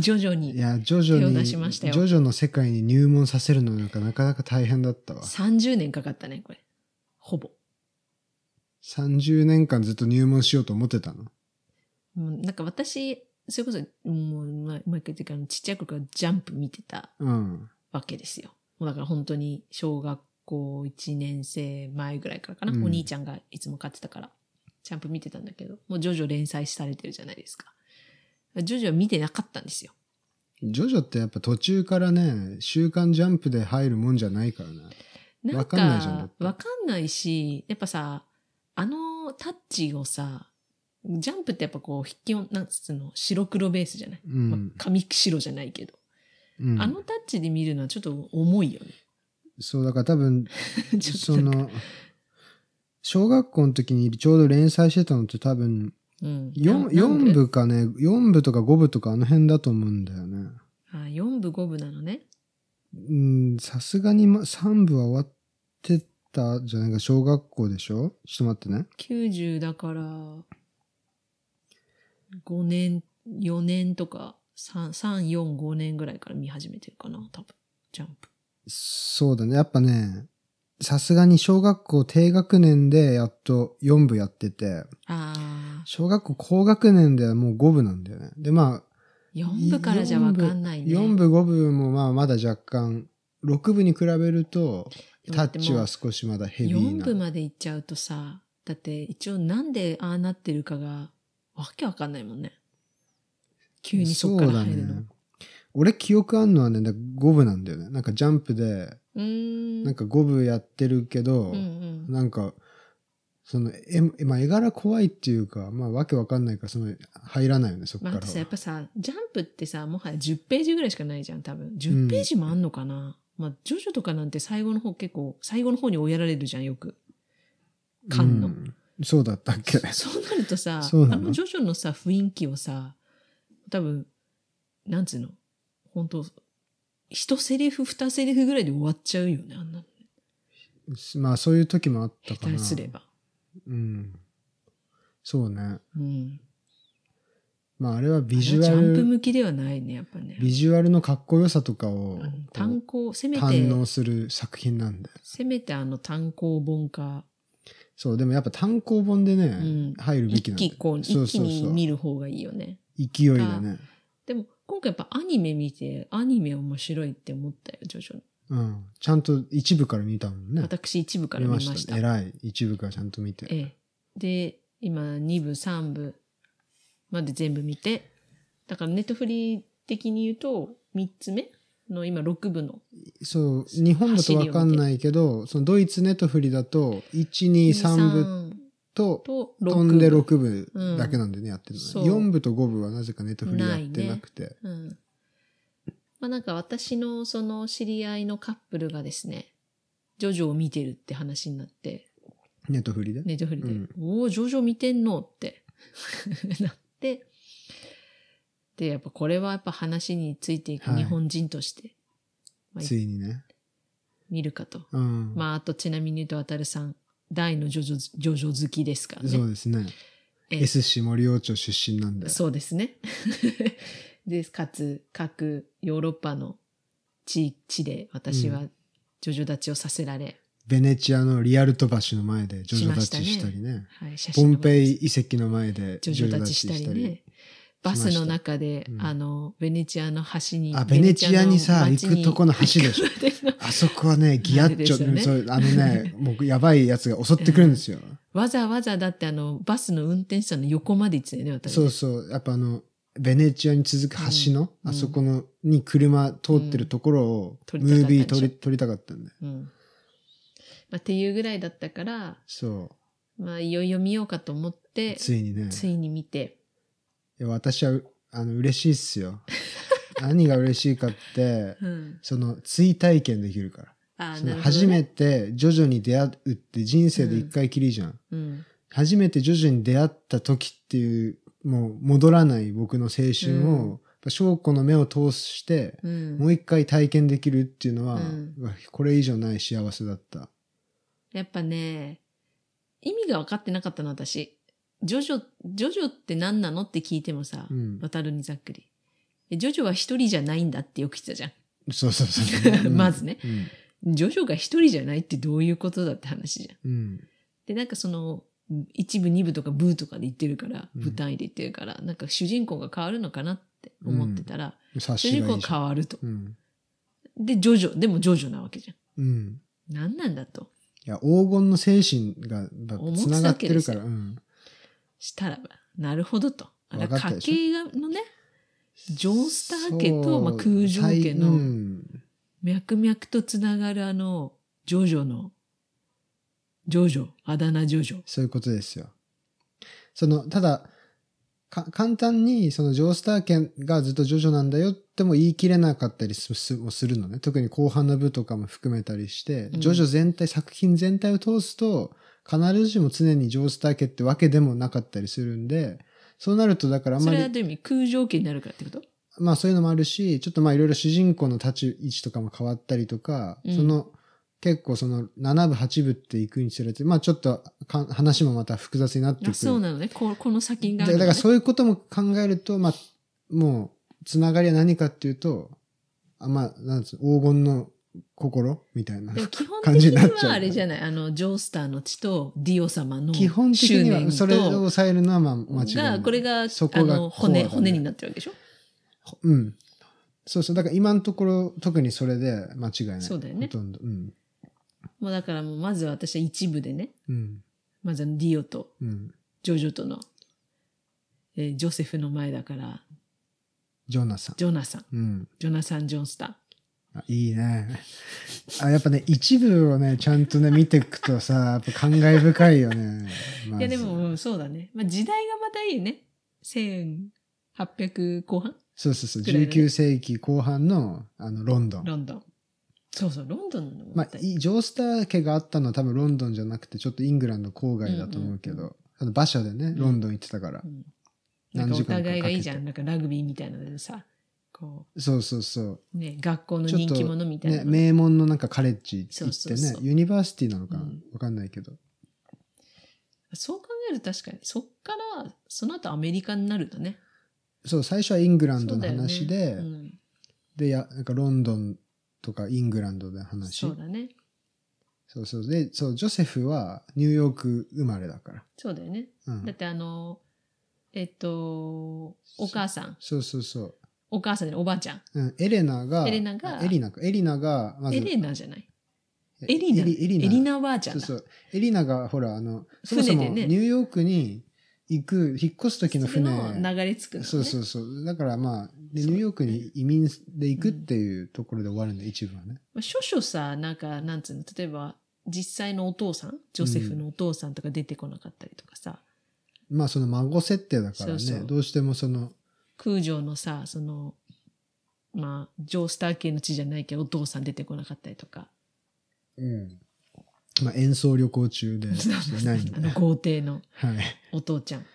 Speaker 1: ジョジョ
Speaker 2: い
Speaker 1: に、
Speaker 2: やジョジョに
Speaker 1: 手を出しましたよ
Speaker 2: ジョジョの世界に入門させるのなんかなかなか大変だったわ
Speaker 1: 30年かかったね、これ。ほぼ。
Speaker 2: 30年間ずっと入門しようと思ってたの
Speaker 1: もうなんか私、それこそ、もう、ま毎回っていうか、ちっちゃい頃からジャンプ見てた
Speaker 2: うん
Speaker 1: わけですよ。もうだから本当に小学校1年生前ぐらいからかな、
Speaker 2: うん
Speaker 1: お兄ちゃんがいつも買ってたから、ジャンプ見てたんだけど、もうジョジョ連載されてるじゃないですか。ジョジョは見てなかったんですよ。
Speaker 2: ジョジョってやっぱ途中からね、週刊ジャンプで入るもんじゃないからね。
Speaker 1: なん
Speaker 2: わ
Speaker 1: か、
Speaker 2: かんないじゃんだ
Speaker 1: わ
Speaker 2: って
Speaker 1: かんないし、やっぱさ、あのタッチをさ、ジャンプってやっぱこう、筆記音、なんつうの、白黒ベースじゃない、
Speaker 2: うん。
Speaker 1: まあ、紙白じゃないけど、
Speaker 2: うん、
Speaker 1: あのタッチで見るのはちょっと重 いよね。
Speaker 2: そう、だから多分、
Speaker 1: ちょ
Speaker 2: そ
Speaker 1: っとなんか、
Speaker 2: の、小学校の時にちょうど連載してたのって多分
Speaker 1: うん、
Speaker 2: 4、
Speaker 1: ななん
Speaker 2: 4
Speaker 1: で
Speaker 2: 部かね、4部とか5部とかあの辺だと思うんだよね。
Speaker 1: あ4部5部なのね。
Speaker 2: うん、さすがにま3部は終わってたじゃないか、小学校でしょちょっと待ってね。
Speaker 1: 90だから、5年、4年とか、 3、3、4、5年ぐらいから見始めてるかな、多分。ジャンプ。
Speaker 2: そうだね。やっぱね、さすがに小学校低学年でやっと4部やってて、
Speaker 1: ああ、
Speaker 2: 小学校高学年ではもう5部なんだよね。で、まあ、
Speaker 1: 4部からじゃわかんないね。
Speaker 2: 4部、4部5部もまあまだ若干、6部に比べると、
Speaker 1: でも
Speaker 2: タ
Speaker 1: だって
Speaker 2: ッ
Speaker 1: もう
Speaker 2: チは少しまだヘビー
Speaker 1: 4部
Speaker 2: な。
Speaker 1: まで行っちゃうとさ、だって一応なんでああなってるかが、わけわかんないもんね。急にそっから入るの。う,、
Speaker 2: ね。俺記憶あんのはね、だ5部なんだよね。なんかジャンプで、
Speaker 1: ーん。
Speaker 2: なんか5部やってるけど、
Speaker 1: うんうん。
Speaker 2: なんか、その、え、まあ、絵柄怖いっていうか、まあ、わけわかんないから、その、入らないよね、そこ
Speaker 1: ま
Speaker 2: か
Speaker 1: あ、
Speaker 2: ら
Speaker 1: あ
Speaker 2: は
Speaker 1: とさ、やっぱさ、ジャンプってさ、もはや10ページぐらいしかないじゃん、多分。10ページもあんのかな、まあ、ジョジョとかなんて最後の方結構、最後の方に追いやられるじゃん、よ く。感の。
Speaker 2: うんそうだったっけ
Speaker 1: そうなるとさ、
Speaker 2: そうな
Speaker 1: あ
Speaker 2: の
Speaker 1: のジョジョのさ、雰囲気をさ、多分、なんつうの、本当一セリフ二セリフぐらいで終わっちゃうよね、あんなの。
Speaker 2: まあ、そういう時もあったか
Speaker 1: 下
Speaker 2: な。
Speaker 1: 手すれば。
Speaker 2: うん。そうね。
Speaker 1: うん。
Speaker 2: まあ、あれはビ
Speaker 1: ジ
Speaker 2: ジ
Speaker 1: ャ
Speaker 2: ュア
Speaker 1: ンプ
Speaker 2: ル、
Speaker 1: 向きではないね、やっぱね。
Speaker 2: ビジュアルのかっこよさとかを
Speaker 1: うん、
Speaker 2: こ
Speaker 1: 単
Speaker 2: う
Speaker 1: 行、せめ
Speaker 2: 堪
Speaker 1: て、
Speaker 2: 能する作品なんで。
Speaker 1: せめてあの単行本化、
Speaker 2: そう、でもやっぱ単行本でね、
Speaker 1: ん
Speaker 2: 入るべ
Speaker 1: 一
Speaker 2: きなんだよ
Speaker 1: 気こう、
Speaker 2: そ
Speaker 1: 一
Speaker 2: う
Speaker 1: 気
Speaker 2: そう
Speaker 1: に
Speaker 2: そう。
Speaker 1: 見る方がいいよね。
Speaker 2: 勢いだね。
Speaker 1: でも、今回やっぱアニメ見て、アニメ面白いって思ったよ、ジョジョの。
Speaker 2: うん。ちゃんと一部から見たもんね。
Speaker 1: 私一部から見ました。
Speaker 2: 偉い。一部からちゃんと見て。
Speaker 1: ええ。で、今、2部、3部まで全部見て、だからネットフリー的に言うと、3つ目の今、6部の。
Speaker 2: そう、日本だとわかんないけど、そのドイツネットフリだと、1、2、3部
Speaker 1: 部
Speaker 2: と、
Speaker 1: と6部。
Speaker 2: 飛んで6部だけなんでね、やってるの
Speaker 1: そう
Speaker 2: ね。4部と5部はなぜかネットフリやってなくて。
Speaker 1: うん。まあなんか私のその知り合いのカップルがですね、ジョジョを見てるって話になって、
Speaker 2: ネットフリで。
Speaker 1: ネットフリで、
Speaker 2: うん
Speaker 1: おお、ジョジョ見てんのって なって、で、やっぱこれはやっぱ話についていく
Speaker 2: は
Speaker 1: 日
Speaker 2: い
Speaker 1: 本人として、まあ
Speaker 2: ついにね。
Speaker 1: 見るかと。
Speaker 2: うん。
Speaker 1: まあ、あとちなみに言うと、あたるさん、大のジョジョず、ジョジョ好きですからね。
Speaker 2: そうですね。
Speaker 1: ええ
Speaker 2: S 市森王町出身なんで。
Speaker 1: そうですね。 で、かつ、各ヨーロッパの地、地で私はジョジョ立ちをさせられ、
Speaker 2: ベネチアのリアルト橋の前でジョジョ立ち
Speaker 1: しま
Speaker 2: し
Speaker 1: した
Speaker 2: た
Speaker 1: ね
Speaker 2: りね。
Speaker 1: はい、写
Speaker 2: ポ
Speaker 1: 真
Speaker 2: ン
Speaker 1: の前
Speaker 2: ペ
Speaker 1: で
Speaker 2: イ遺跡の前で
Speaker 1: ジョジョ立ちしたりね。。バスの中で、
Speaker 2: うん
Speaker 1: あの、ベネチアの橋に。
Speaker 2: あベネチアにさ
Speaker 1: ベネチア
Speaker 2: 行くとこの橋でしょ
Speaker 1: 行くまでの
Speaker 2: あそこはね、ギアッチョ、
Speaker 1: なんでです
Speaker 2: そうあ のね、僕、やばいやつが襲ってくるんですよ。
Speaker 1: わざわざだってあの、バスの運転手さんの横まで行ってたよね、私。
Speaker 2: そうそう。やっぱあの、ベネチアに続く橋の、
Speaker 1: うん
Speaker 2: あそこの、に車通ってるところを、
Speaker 1: うん
Speaker 2: ムービー
Speaker 1: 撮
Speaker 2: 撮
Speaker 1: りたかったでしょ
Speaker 2: り撮りたかった
Speaker 1: う
Speaker 2: んで。
Speaker 1: ん。まあ、っていうぐらいだったから、
Speaker 2: そ
Speaker 1: まあ、いよいよ見ようかと思っ
Speaker 2: う。
Speaker 1: て、
Speaker 2: ついにね。
Speaker 1: ついに見て。
Speaker 2: いや私は、あの、嬉しいっす よ。何が嬉しいかって、
Speaker 1: うん。
Speaker 2: その、追体験できるから。
Speaker 1: ああ、
Speaker 2: その
Speaker 1: なるほど、ね。
Speaker 2: 初めて、ジョジョに出会うって人生で一回きりじゃん。
Speaker 1: うん。
Speaker 2: 初めてジョジョに出会った時っていう、もう戻らない僕の青春
Speaker 1: うん
Speaker 2: を、やっぱ翔子の目を通して、
Speaker 1: うん。
Speaker 2: もう一回体験できるっていうのは、
Speaker 1: うん
Speaker 2: うわこれ以上ない幸せだった。
Speaker 1: やっぱね、意味が分かってなかったの、私。ジョジョ、ジョジョって何なのって聞いてもさ
Speaker 2: う、ん。
Speaker 1: 渡るにざっくり。えジョジョは一人じゃないんだってよく言ってたじゃ
Speaker 2: そうそうそう。 う ん
Speaker 1: まずね。
Speaker 2: うん。
Speaker 1: ん。ジョジョが一人じゃないってどういうことだって話じゃん。
Speaker 2: うん。
Speaker 1: で、なんかその、一部、二部とかブーとかで言ってるから、
Speaker 2: うん
Speaker 1: 舞台で言ってるから、なんか主人公が変わるのかなって思ってたら、
Speaker 2: 察
Speaker 1: 主
Speaker 2: し
Speaker 1: 人
Speaker 2: がい
Speaker 1: 公が
Speaker 2: いじゃん。
Speaker 1: 変わると。
Speaker 2: うん。
Speaker 1: で、ジョジョ、でもジョジョなわけじゃん。
Speaker 2: うん。
Speaker 1: 何なんだと。
Speaker 2: いや、黄金の精神が、
Speaker 1: 重
Speaker 2: つ
Speaker 1: く
Speaker 2: ながってるか
Speaker 1: さ
Speaker 2: ら、
Speaker 1: け
Speaker 2: うん。
Speaker 1: したらば、なるほどと。あら
Speaker 2: 分かっ
Speaker 1: 家
Speaker 2: たでしょ
Speaker 1: 系がのね、ジョースター家と
Speaker 2: そう
Speaker 1: まあ空城家の
Speaker 2: 最うん
Speaker 1: 脈々とつながるあの、ジョジョの、ジョジョ、あだ名ジョジョ。
Speaker 2: そういうことですよ。その、ただ、か、簡単に、その、ジョースター圏がずっとジョジョなんだよっても言い切れなかったりすすもするのね。特に後半の部とかも含めたりして、
Speaker 1: うん
Speaker 2: ジョジョ全体、作品全体を通すと、必ずしも常にジョースター圏ってわけでもなかったりするんで、そうなると、だからあん
Speaker 1: そ
Speaker 2: ま
Speaker 1: れは
Speaker 2: り、
Speaker 1: どういう意味空城家になるからってこと
Speaker 2: まあそういうのもあるし、ちょっとまあいろいろ主人公の立ち位置とかも変わったりとか、
Speaker 1: うん
Speaker 2: その結構その7部8部って行くにつれて、まあちょっとか話もまた複雑になって
Speaker 1: あ
Speaker 2: くる。
Speaker 1: そうなのね。ここの先があ
Speaker 2: だ
Speaker 1: る
Speaker 2: だ
Speaker 1: のね、
Speaker 2: からそういうことも考えると、まあ、もつながりは何かっていうと、あまあ、なんつうの、黄金の心みたいな
Speaker 1: で。も基本
Speaker 2: 感じ
Speaker 1: 的
Speaker 2: になっ
Speaker 1: に
Speaker 2: ちゃう
Speaker 1: はあれじゃない、あの、ジョースターの血とディオ様の
Speaker 2: 基本的に
Speaker 1: 執念と
Speaker 2: は、それを抑えるのはまあ間違いない。
Speaker 1: が、これが、
Speaker 2: そこが
Speaker 1: あの骨、
Speaker 2: コアだね
Speaker 1: 骨になってるわけでしょ、
Speaker 2: うん。そうそう。だから今のところ、特にそれで間違いない。
Speaker 1: そうだよね
Speaker 2: ほとんど。うん。
Speaker 1: もうだからもう、まずは私は一部でね、
Speaker 2: うん。
Speaker 1: まずあのディオと
Speaker 2: うん。
Speaker 1: ジョジョとの、えージョセフの前だから、
Speaker 2: ジョナサン。
Speaker 1: ジョナサン、
Speaker 2: うん。
Speaker 1: ジョナサン・ジョンスター。
Speaker 2: あいいね。あ、やっぱね、一部をね、ちゃんとね、見ていくとさ、やっぱ感慨深いよね。まず
Speaker 1: いやでも、うんそうだね。まあ、時代がまたいいね。1800後半
Speaker 2: そうそうそう、
Speaker 1: くらいのね
Speaker 2: 19世紀後半の、あの、ロンドン。
Speaker 1: ロンドン。そうそう、ロンドンのも
Speaker 2: まあ、いいジョースター家があったのは多分ロンドンじゃなくて、ちょっとイングランド郊外だと思うけど、
Speaker 1: うんうん
Speaker 2: あの馬車でね、ロンドン行ってたから。
Speaker 1: うんなんか
Speaker 2: 何
Speaker 1: お
Speaker 2: 時間かかけて
Speaker 1: 互いがいいじゃん。なんかラグビーみたいなのでさ、こ
Speaker 2: そうそうそう。
Speaker 1: う、ね、学校の
Speaker 2: ちょっ
Speaker 1: 人
Speaker 2: と
Speaker 1: 気者みたいな
Speaker 2: ね、
Speaker 1: の。
Speaker 2: 名門のなんかカレッジ行って
Speaker 1: そう
Speaker 2: ね、
Speaker 1: そうそう
Speaker 2: ユニバーシティなのかな、
Speaker 1: うん
Speaker 2: わかんないけど。
Speaker 1: そう考えると確かに、そっから、その後アメリカになるとね。
Speaker 2: そう、最初はイングラン
Speaker 1: そ
Speaker 2: ド
Speaker 1: う
Speaker 2: の
Speaker 1: だよね
Speaker 2: 話で、
Speaker 1: うん
Speaker 2: で、や、なんかロンドンとかイングランドの話。
Speaker 1: そうだね。
Speaker 2: そうそう。で、そう、ジョセフはニューヨーク生まれだから。
Speaker 1: そうだよね。
Speaker 2: う
Speaker 1: だっ
Speaker 2: ん。
Speaker 1: てあの、えっと、お母さん、
Speaker 2: そうそうそう。
Speaker 1: お母さんでおばあちゃん。
Speaker 2: うん、エレナが、
Speaker 1: エレナが
Speaker 2: エリナか。エリナが、まず、
Speaker 1: エレナじゃないエリナ。
Speaker 2: エリエリナ
Speaker 1: エリナおばあちゃん
Speaker 2: そう
Speaker 1: だ。
Speaker 2: そう。エリナが、ほら、あの、そも
Speaker 1: 船
Speaker 2: そ
Speaker 1: で
Speaker 2: も
Speaker 1: ね
Speaker 2: ニューヨークに行く、引っ越す時の船。
Speaker 1: それの流れ着くの、ね。
Speaker 2: そうそうそう。だからまあ、でニューヨークに移民で行くっていうところで終わるんだ、一部はね。
Speaker 1: まあ、諸々さ、なんか、なんつうの、例えば、実際のお父さん、ジョセフのお父さんとか出てこなかったりとかさ、
Speaker 2: まあ、その孫設定だからね、
Speaker 1: そうそう
Speaker 2: どうしてもその、
Speaker 1: 空城のさ、その、まあ、ジョースター系の地じゃないけど、お父さん出てこなかったりとか、
Speaker 2: うん。まあ、演奏旅行中 でいないん
Speaker 1: あ
Speaker 2: で
Speaker 1: の、。豪邸の
Speaker 2: はい。
Speaker 1: お父ちゃん。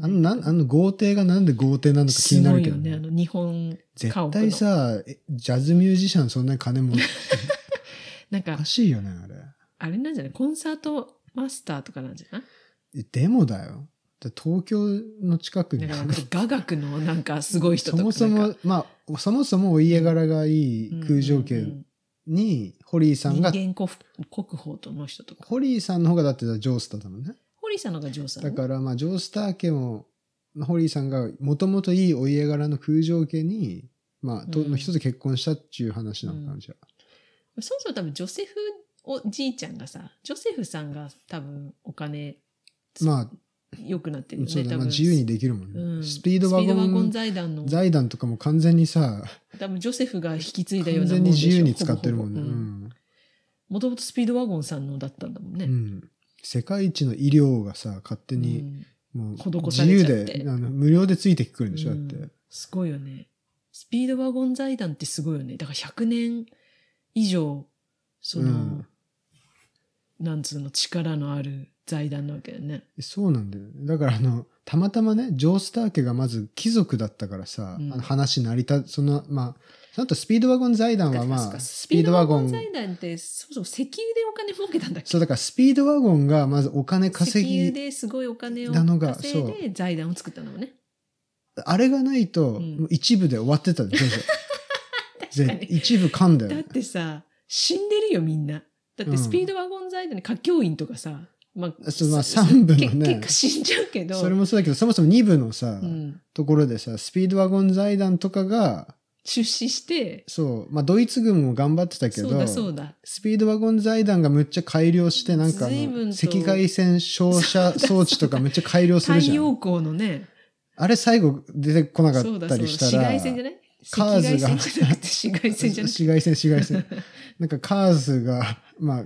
Speaker 2: あの、なん、あの豪邸がなんで豪邸なのか気
Speaker 1: す
Speaker 2: にな
Speaker 1: ご
Speaker 2: る
Speaker 1: い
Speaker 2: け
Speaker 1: よ
Speaker 2: ど、
Speaker 1: ね、あの、日本家
Speaker 2: 絶
Speaker 1: 屋の
Speaker 2: 対。さ、えジャズミュージシャンそんなに金も、
Speaker 1: なんか
Speaker 2: おか、しいよね、あれ。
Speaker 1: あれなんじゃないコンサートマスターとかなんじゃない
Speaker 2: えでもだよ。だ東京の近くに
Speaker 1: だから、雅楽のなんかすごい人と
Speaker 2: そ
Speaker 1: か。
Speaker 2: もそ
Speaker 1: な
Speaker 2: も
Speaker 1: んか、
Speaker 2: まあ、そもそもお家柄がい
Speaker 1: うん
Speaker 2: い空情
Speaker 1: うんう
Speaker 2: 圏
Speaker 1: ん
Speaker 2: に、ホリーさんが、
Speaker 1: 人間国国宝との人とか。
Speaker 2: ホリーさんの方がだってジョースターだもんね。
Speaker 1: 堀さんの方がジョーさん。
Speaker 2: だからまあ、ジョースター家も、ホリーさんがもともといいお家柄の空情家に、まあ、と
Speaker 1: うん
Speaker 2: の人と結婚したっていう話なのかな、
Speaker 1: うん
Speaker 2: じゃあ。
Speaker 1: そもそも多分ジョセフおじいちゃんがさ、ジョセフさんが多分お金
Speaker 2: まあ、
Speaker 1: 良くなってるよね。
Speaker 2: そうだ
Speaker 1: 多
Speaker 2: ね、まあ
Speaker 1: 分
Speaker 2: 自由にできるもんね。
Speaker 1: うん、
Speaker 2: スピードワゴ
Speaker 1: スピード
Speaker 2: ン
Speaker 1: 財団の、
Speaker 2: 財団とかも完全にさ、
Speaker 1: 多分ジョセフが引き継いだよう
Speaker 2: 完
Speaker 1: な
Speaker 2: 全に自由に使ってるもんね。
Speaker 1: も
Speaker 2: うん
Speaker 1: ともとスピードワゴンさんのだったんだもんね。
Speaker 2: うん世界一の医療がさ、勝手に、
Speaker 1: うん
Speaker 2: もう
Speaker 1: 施さ
Speaker 2: 自
Speaker 1: れ
Speaker 2: 由
Speaker 1: ちゃって
Speaker 2: で、あの無料でついてくるんでしょ、だって
Speaker 1: う。んすごいよね。スピードワゴン財団ってすごいよね。だから100年以上、その、
Speaker 2: うん
Speaker 1: なんつうの、力のある財団なわけだよね。
Speaker 2: そうなんだよね。だからあの、たまたまね、ジョースター家がまず貴族だったからさ、
Speaker 1: うん
Speaker 2: あの話成り立つ、その、まあ、その後スピードワゴン財団は
Speaker 1: そっ
Speaker 2: ま
Speaker 1: か
Speaker 2: あ、
Speaker 1: ス
Speaker 2: ス
Speaker 1: ピ
Speaker 2: ピ
Speaker 1: ー
Speaker 2: ー
Speaker 1: ド
Speaker 2: ド
Speaker 1: ワ
Speaker 2: ワ
Speaker 1: ゴ
Speaker 2: ゴ
Speaker 1: ン
Speaker 2: ン、
Speaker 1: 財団って、そもそも石油でお金儲けたんだっけ
Speaker 2: そうだからスピードワゴンがまずお金稼
Speaker 1: 石油
Speaker 2: ぎ、
Speaker 1: ですごいお金を
Speaker 2: なのが
Speaker 1: 稼いで財団を作ったのもね。
Speaker 2: あれがないと、
Speaker 1: うん
Speaker 2: もう一部で終わってたで しょ
Speaker 1: 確かに
Speaker 2: で一部噛んだよ
Speaker 1: だっ
Speaker 2: ね。
Speaker 1: てさ、死んでるよみんな。だっ
Speaker 2: う
Speaker 1: て
Speaker 2: ん
Speaker 1: スピードワゴン財団に歌教員とかさ、まあ、
Speaker 2: そうまあ三部のね
Speaker 1: け結果死んじゃうけど。
Speaker 2: それもそうだけど、そもそも2部のさ、
Speaker 1: うん、
Speaker 2: ところでさ、スピードワゴン財団とかが、
Speaker 1: 出資して、
Speaker 2: そう、まあドイツ軍も頑張ってたけど、
Speaker 1: そうだそうだ。
Speaker 2: スピードワゴン財団がむっちゃ改良して、なんかあ
Speaker 1: 随分
Speaker 2: の、
Speaker 1: と
Speaker 2: 赤外線照射装置とかむっちゃ改良す
Speaker 1: 太
Speaker 2: るじゃ
Speaker 1: 陽
Speaker 2: ん。
Speaker 1: 光のね、
Speaker 2: あれ最後出てこなか
Speaker 1: そう
Speaker 2: っ
Speaker 1: だ
Speaker 2: た
Speaker 1: そうだ。
Speaker 2: りした
Speaker 1: 紫
Speaker 2: ら、
Speaker 1: 外線じゃない
Speaker 2: カーズが
Speaker 1: 赤外線じゃなくて紫外線じゃなくて。
Speaker 2: 紫外線、紫 外線。なんかカーズが、まあ、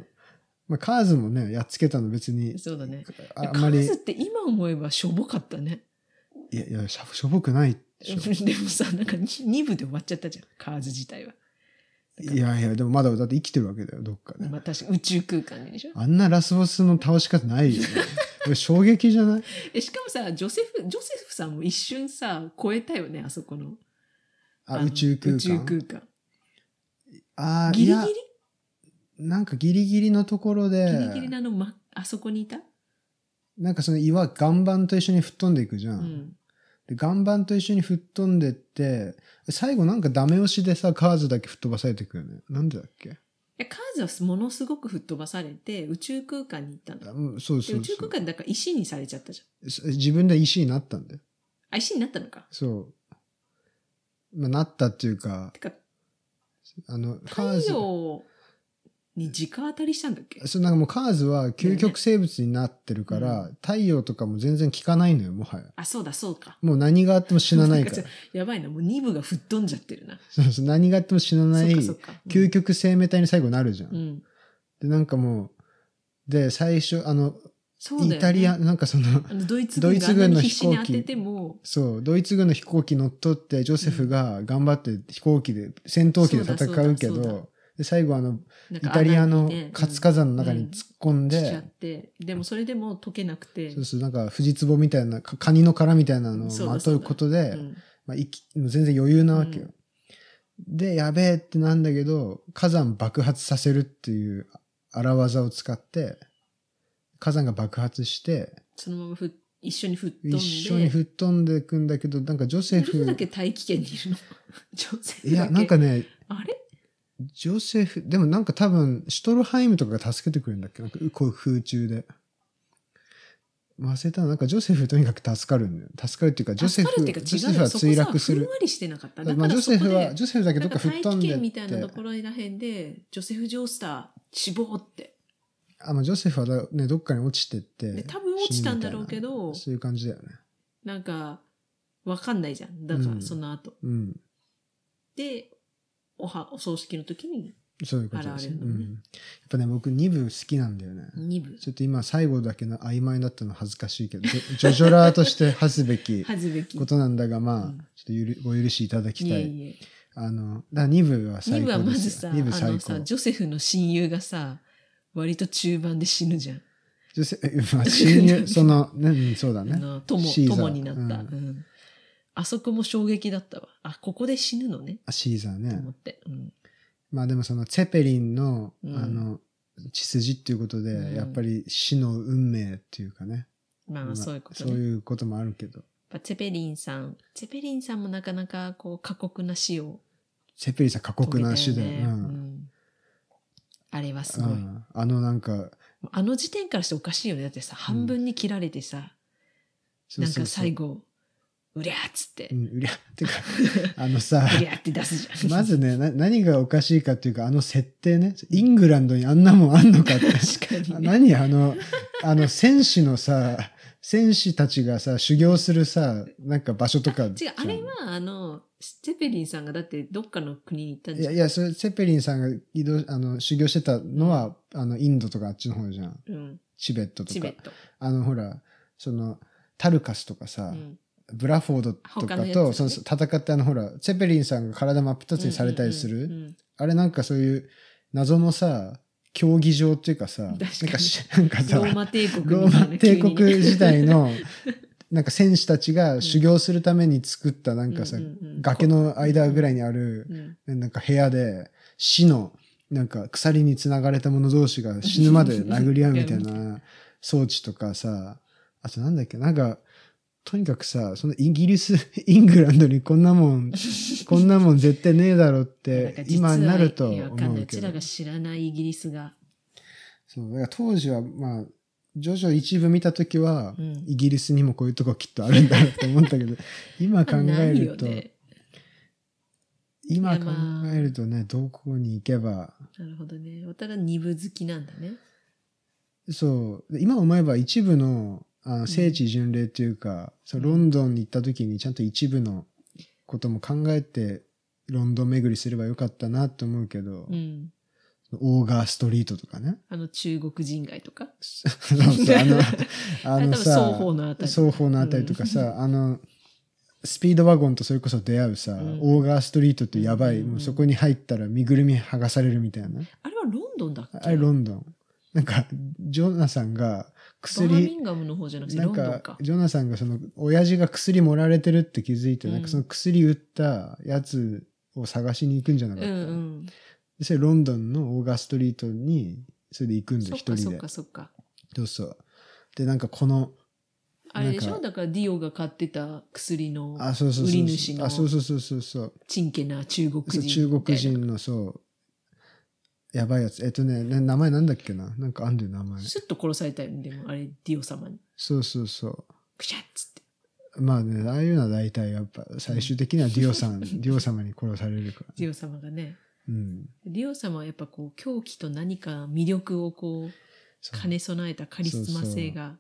Speaker 2: まあカーズもね、やっつけたの別 に、
Speaker 1: そうだね。
Speaker 2: ああ
Speaker 1: カ
Speaker 2: んまり、
Speaker 1: ー
Speaker 2: い
Speaker 1: ズって今思えばしょぼかったね。
Speaker 2: や、いや、しょしょぼくないで しょ。
Speaker 1: でもさ、なんか2部で終わっちゃったじゃん、カーズ自体は。だ
Speaker 2: いやいや、でもまだだって生きてるわけだよ、どっかで。
Speaker 1: まあ確か宇宙空間ででしょ
Speaker 2: あんなラスボスの倒し方ない よ、ね。これ衝撃じゃない
Speaker 1: えしかもさジョセフジョセフさんも一瞬さ超えたよねあそこの
Speaker 2: あ、
Speaker 1: の
Speaker 2: 宇宙空間。
Speaker 1: 宇宙空間
Speaker 2: あー
Speaker 1: ギリギ
Speaker 2: いや
Speaker 1: リ
Speaker 2: なんかギリギリのところで、
Speaker 1: ギリギリなの、ま、あそこにいた、
Speaker 2: なんかその岩、岩盤と一緒に吹っ飛んでいくじゃ。
Speaker 1: うんん、
Speaker 2: で、岩盤と一緒に吹っ飛んでって、最後なんかダメ押しでさ、カーズだけ吹っ飛ばされてくよね。なんでだっけ
Speaker 1: えカーズはものすごく吹っ飛ばされて、宇宙空間に行ったんだよ。
Speaker 2: あうんそう
Speaker 1: で
Speaker 2: そ
Speaker 1: 宇
Speaker 2: う
Speaker 1: 宙
Speaker 2: そう
Speaker 1: 空間だから石にされちゃったじゃん。
Speaker 2: そ自分で石になったんだよ。
Speaker 1: あ、石になったのか。
Speaker 2: そう。まあ、なったっていうか
Speaker 1: て、か、
Speaker 2: あの、カ
Speaker 1: 太
Speaker 2: ーズ。
Speaker 1: 陽に直当たりしたんだっけ
Speaker 2: そう、なんかもうカーズは究極生物になってるから、太陽とかも全然効かないのよ、もはや。
Speaker 1: あ、そうだ、そうか。
Speaker 2: もう何があっても死なないか
Speaker 1: な
Speaker 2: ら
Speaker 1: ん。やばいな、もう2部が吹っ飛んじゃってるな。
Speaker 2: そうそう、何があっても死なない、
Speaker 1: そっかそっか。うん
Speaker 2: 究極生命体に最後なるじゃん。
Speaker 1: うん。
Speaker 2: で、なんかもう、で、最初、あの、
Speaker 1: そうだよ、ね。
Speaker 2: イタリア、なんかその、
Speaker 1: あのドイツ
Speaker 2: ド
Speaker 1: 軍
Speaker 2: イ
Speaker 1: が
Speaker 2: ツ
Speaker 1: あんな
Speaker 2: 軍
Speaker 1: に
Speaker 2: の
Speaker 1: 必
Speaker 2: 飛
Speaker 1: 死に
Speaker 2: 行
Speaker 1: 当
Speaker 2: 機
Speaker 1: てても、
Speaker 2: そう、ドイツ軍の飛行機乗っ取って、ジョセフが頑張って飛行機で、戦闘機で戦うけ
Speaker 1: そうだそうだそうだ
Speaker 2: ど、で、最後あの、
Speaker 1: なん
Speaker 2: イ
Speaker 1: か
Speaker 2: タリアの
Speaker 1: 穴にね
Speaker 2: 活火山の中に突っ込ん
Speaker 1: うんしちゃ
Speaker 2: で
Speaker 1: っ、て、でもそれでも解けなくて、
Speaker 2: そうそう、なんか、富士壺みたいな、かカニの殻みたいなの
Speaker 1: そう
Speaker 2: を
Speaker 1: だ
Speaker 2: まとうことで、
Speaker 1: うん
Speaker 2: まあ、生き、もう全然余裕なわけよ。で、やべえってなんだけど、火山爆発させるっていう荒技を使って、火山が爆発して、
Speaker 1: そのままふっ一緒に吹っ飛んで、
Speaker 2: 一緒に吹っ飛んでいくんだけど、なんかジョセ
Speaker 1: どれだ
Speaker 2: フ、
Speaker 1: け大気圏にいるの 女性
Speaker 2: いや、なんかね、
Speaker 1: あれ
Speaker 2: ジョセフ、でもなんか多分、シュトルハイムとかが助けてくれるんだっけなんか、こう空中で。忘れたな。なんかジョセフとにかく助かるんだよ。助かるっていうか、ジョセフ、
Speaker 1: 助かるっていうか
Speaker 2: ジ
Speaker 1: 違う
Speaker 2: ョセフは
Speaker 1: よそこさ
Speaker 2: 墜落す
Speaker 1: ふん
Speaker 2: る。
Speaker 1: わりしてなかった。だか
Speaker 2: まあ、ジョ
Speaker 1: らそこ
Speaker 2: セ
Speaker 1: で、
Speaker 2: フは、ジョセフだけ
Speaker 1: な
Speaker 2: ど
Speaker 1: ん
Speaker 2: っ
Speaker 1: か
Speaker 2: か吹
Speaker 1: 大
Speaker 2: っ飛ん
Speaker 1: 気
Speaker 2: で
Speaker 1: 圏みた
Speaker 2: っ
Speaker 1: いなと
Speaker 2: て
Speaker 1: こ。ろらへんで、ジョセフ・ジョースター死亡って。
Speaker 2: あ、まあ、ジョセフはだね、どっかに落ちてって。
Speaker 1: で多分落ちたんだろうけど
Speaker 2: 死ぬみたいなそういう感じだよね。
Speaker 1: なんか、わかんないじゃん。だか
Speaker 2: う
Speaker 1: ら、
Speaker 2: ん
Speaker 1: その後。
Speaker 2: うん。
Speaker 1: で、おは、お葬式の時に
Speaker 2: そういうことですね。
Speaker 1: 現れ
Speaker 2: う
Speaker 1: るの
Speaker 2: ん。
Speaker 1: ね
Speaker 2: やっぱね、僕2部好きなんだよね。
Speaker 1: 2部、
Speaker 2: ちょっと今最後だけの曖昧だったの恥ずかしいけど、ジョジョ ジョラーとして恥ずべき
Speaker 1: はずべき。
Speaker 2: ことなんだが、まあ、
Speaker 1: うん
Speaker 2: ちょっとゆるご許しいただき
Speaker 1: い
Speaker 2: た
Speaker 1: え
Speaker 2: い。
Speaker 1: いえ。
Speaker 2: あの、だ2部は
Speaker 1: 2
Speaker 2: 最
Speaker 1: 部は
Speaker 2: 高
Speaker 1: ま
Speaker 2: で
Speaker 1: ず
Speaker 2: す
Speaker 1: さ、
Speaker 2: よ。
Speaker 1: あ
Speaker 2: 2部最
Speaker 1: の
Speaker 2: 高
Speaker 1: さ、。ジョセフの親友がさ、割と中盤で死ぬじゃん。
Speaker 2: ジョセ まあ、親友、その、ね、うんそうだ
Speaker 1: あ
Speaker 2: ね。
Speaker 1: の友、
Speaker 2: シーザー
Speaker 1: 友になった、
Speaker 2: うん
Speaker 1: うんあそこも衝撃だったわ。あ、ここで死ぬのね。
Speaker 2: あシーザー
Speaker 1: と
Speaker 2: ね
Speaker 1: 思。って。うん
Speaker 2: まあでもその、ツェペリンの、
Speaker 1: うん
Speaker 2: あの、血筋っていうことで、
Speaker 1: うん
Speaker 2: やっぱり死の運命っていうかね。
Speaker 1: ま
Speaker 2: ま
Speaker 1: あ、
Speaker 2: あ
Speaker 1: そういうこと
Speaker 2: そ
Speaker 1: ね。
Speaker 2: う
Speaker 1: やっ
Speaker 2: いうこともあるけど。
Speaker 1: ぱチェペリンさん、チェペリンさんもなかなかこう過酷な死を
Speaker 2: ツェペリンさん過
Speaker 1: 遂げた
Speaker 2: 酷
Speaker 1: よ
Speaker 2: な
Speaker 1: ね。
Speaker 2: 死だよ。う。
Speaker 1: うんんあれはす
Speaker 2: う
Speaker 1: ごい。
Speaker 2: んあのなんか、
Speaker 1: あの時点からしておかしいよね。だってさ、半分に切られてさ、
Speaker 2: そう
Speaker 1: なん
Speaker 2: そう
Speaker 1: か
Speaker 2: そう
Speaker 1: 最後、うりゃーっつって、
Speaker 2: う、
Speaker 1: うん
Speaker 2: うりゃ、てか、あのさ、
Speaker 1: りゃーって出すじゃん。
Speaker 2: まずねな、何がおかしいかっていうか、あの設定ね、イングランドにあんなもんあんの かって。
Speaker 1: 確か
Speaker 2: あ
Speaker 1: にね。
Speaker 2: 何あの、あの、戦士のさ、戦士たちがさ、修行するさ、なんか場所とか。
Speaker 1: 違う、あれは、あの、チェペリンさんがだってどっかの国に行ったん
Speaker 2: い
Speaker 1: じゃ
Speaker 2: や、
Speaker 1: ん。
Speaker 2: いや、それ、セペリンさんが移動、あの、修行してたのは、あの、インドとかあっちの方じゃん。
Speaker 1: うん、
Speaker 2: チベット
Speaker 1: チ
Speaker 2: と
Speaker 1: ベ
Speaker 2: か
Speaker 1: ッ。ト。
Speaker 2: あの、ほら、その、タルカスとかさ、
Speaker 1: うん
Speaker 2: ブラフォードと
Speaker 1: 他
Speaker 2: か
Speaker 1: の
Speaker 2: と、
Speaker 1: やつね
Speaker 2: その戦ってあの、ほら、セペリンさんが体真っ二つにされたりする。
Speaker 1: うんうん
Speaker 2: あれなんかそういう、謎のさ、競技場っていうかさ、
Speaker 1: 確かに
Speaker 2: なんかし、 なんかさ、
Speaker 1: ローマ帝国みたいな
Speaker 2: ローマ帝
Speaker 1: 急に
Speaker 2: 国
Speaker 1: ね
Speaker 2: 時代 の、なんか戦士たちが修行するために作ったなんかさ
Speaker 1: うん、うんうん
Speaker 2: 崖の間ぐらいにある、
Speaker 1: うん
Speaker 2: なんか部屋で死の、なんか鎖に繋がれた者同士が死ぬまで殴り合うみた いな装置とかさ、あとなんだっけ、なんか、とにかくさ、そのイギリス、 イングランドにこんなも ん、こんなもん絶対ねえだろって、今になると
Speaker 1: いや
Speaker 2: 思
Speaker 1: わかんないうう
Speaker 2: け
Speaker 1: ち
Speaker 2: ど
Speaker 1: ら。が知らないイギリスが。
Speaker 2: そう、だから当時は、まあ、ジョジョ一部見たときは、
Speaker 1: うん
Speaker 2: イギリスにもこういうとこきっとあるんだなって思ったけ ど、今考え
Speaker 1: ない
Speaker 2: る
Speaker 1: よ
Speaker 2: と、
Speaker 1: ね。
Speaker 2: 今
Speaker 1: い
Speaker 2: 考
Speaker 1: やまあ
Speaker 2: えるとね、どこに行けば、
Speaker 1: なるほどね。おたら二部好きなんだね。
Speaker 2: そう、で今思えば一部のあの聖地巡礼っていうか、そうロンドンに行った時にちゃんと一部のことも考えて、ロンドン巡りすればよかったなと思うけど、
Speaker 1: うん。
Speaker 2: オーガーストリートとか ね。
Speaker 1: あの中国人街とか。
Speaker 2: そうそうあの、
Speaker 1: あ
Speaker 2: あ
Speaker 1: れ多
Speaker 2: の
Speaker 1: 分
Speaker 2: さ、
Speaker 1: 双方 のあたり。
Speaker 2: 双方のあたりとかさ、あの、スピードワゴンとそれこそ出会うさ、
Speaker 1: ん
Speaker 2: オーガーストリートってやば
Speaker 1: う
Speaker 2: い、
Speaker 1: んうんうん
Speaker 2: もうそこに入ったら身ぐるみ剥がされるみたいな。
Speaker 1: あれはロンドンだっけ
Speaker 2: あれロンドン。なんか、ジョナさんが
Speaker 1: バーミ
Speaker 2: 薬、
Speaker 1: ンガムの方じゃなくて
Speaker 2: な
Speaker 1: ロ
Speaker 2: ん
Speaker 1: ンドン
Speaker 2: か
Speaker 1: か、。
Speaker 2: ジョナさんがその、親父が薬盛られてるって気づいて、
Speaker 1: うん
Speaker 2: なんかその薬売ったやつを探しに行くんじゃな
Speaker 1: う
Speaker 2: か
Speaker 1: ん
Speaker 2: った。
Speaker 1: うん。
Speaker 2: でそれロンドンのオーガーストリートに、それで行くんだ
Speaker 1: そ
Speaker 2: よ、
Speaker 1: っ
Speaker 2: 一
Speaker 1: かそ
Speaker 2: 人
Speaker 1: っ
Speaker 2: で
Speaker 1: か。そっか。
Speaker 2: そうそう。で、なんかこの、
Speaker 1: あれでし
Speaker 2: な
Speaker 1: ょ
Speaker 2: ん
Speaker 1: だからディオが買ってた薬の
Speaker 2: あ、そうそうそうそう。
Speaker 1: 売り主の
Speaker 2: あ、そうそうそうそうそう。
Speaker 1: ちんけな中国
Speaker 2: そ
Speaker 1: 人
Speaker 2: う
Speaker 1: みたいな。
Speaker 2: 中国人の、そう。やばいやつ。えっとね、な名前なんだっけななんかあんだよ、名前。
Speaker 1: スッと殺されたよね、でも、あれ、ディオ様に。
Speaker 2: そうそうそう。
Speaker 1: くしゃっつって。
Speaker 2: まあね、ああいうのは大体やっぱ最終的にはディ オさん、ディオ様に殺されるから、
Speaker 1: デ
Speaker 2: ね。
Speaker 1: ィオ様がね。
Speaker 2: うん。
Speaker 1: ディオ様はやっぱこう、狂気と何か魅力をこう、
Speaker 2: そう
Speaker 1: 兼ね備えたカリスマ性が。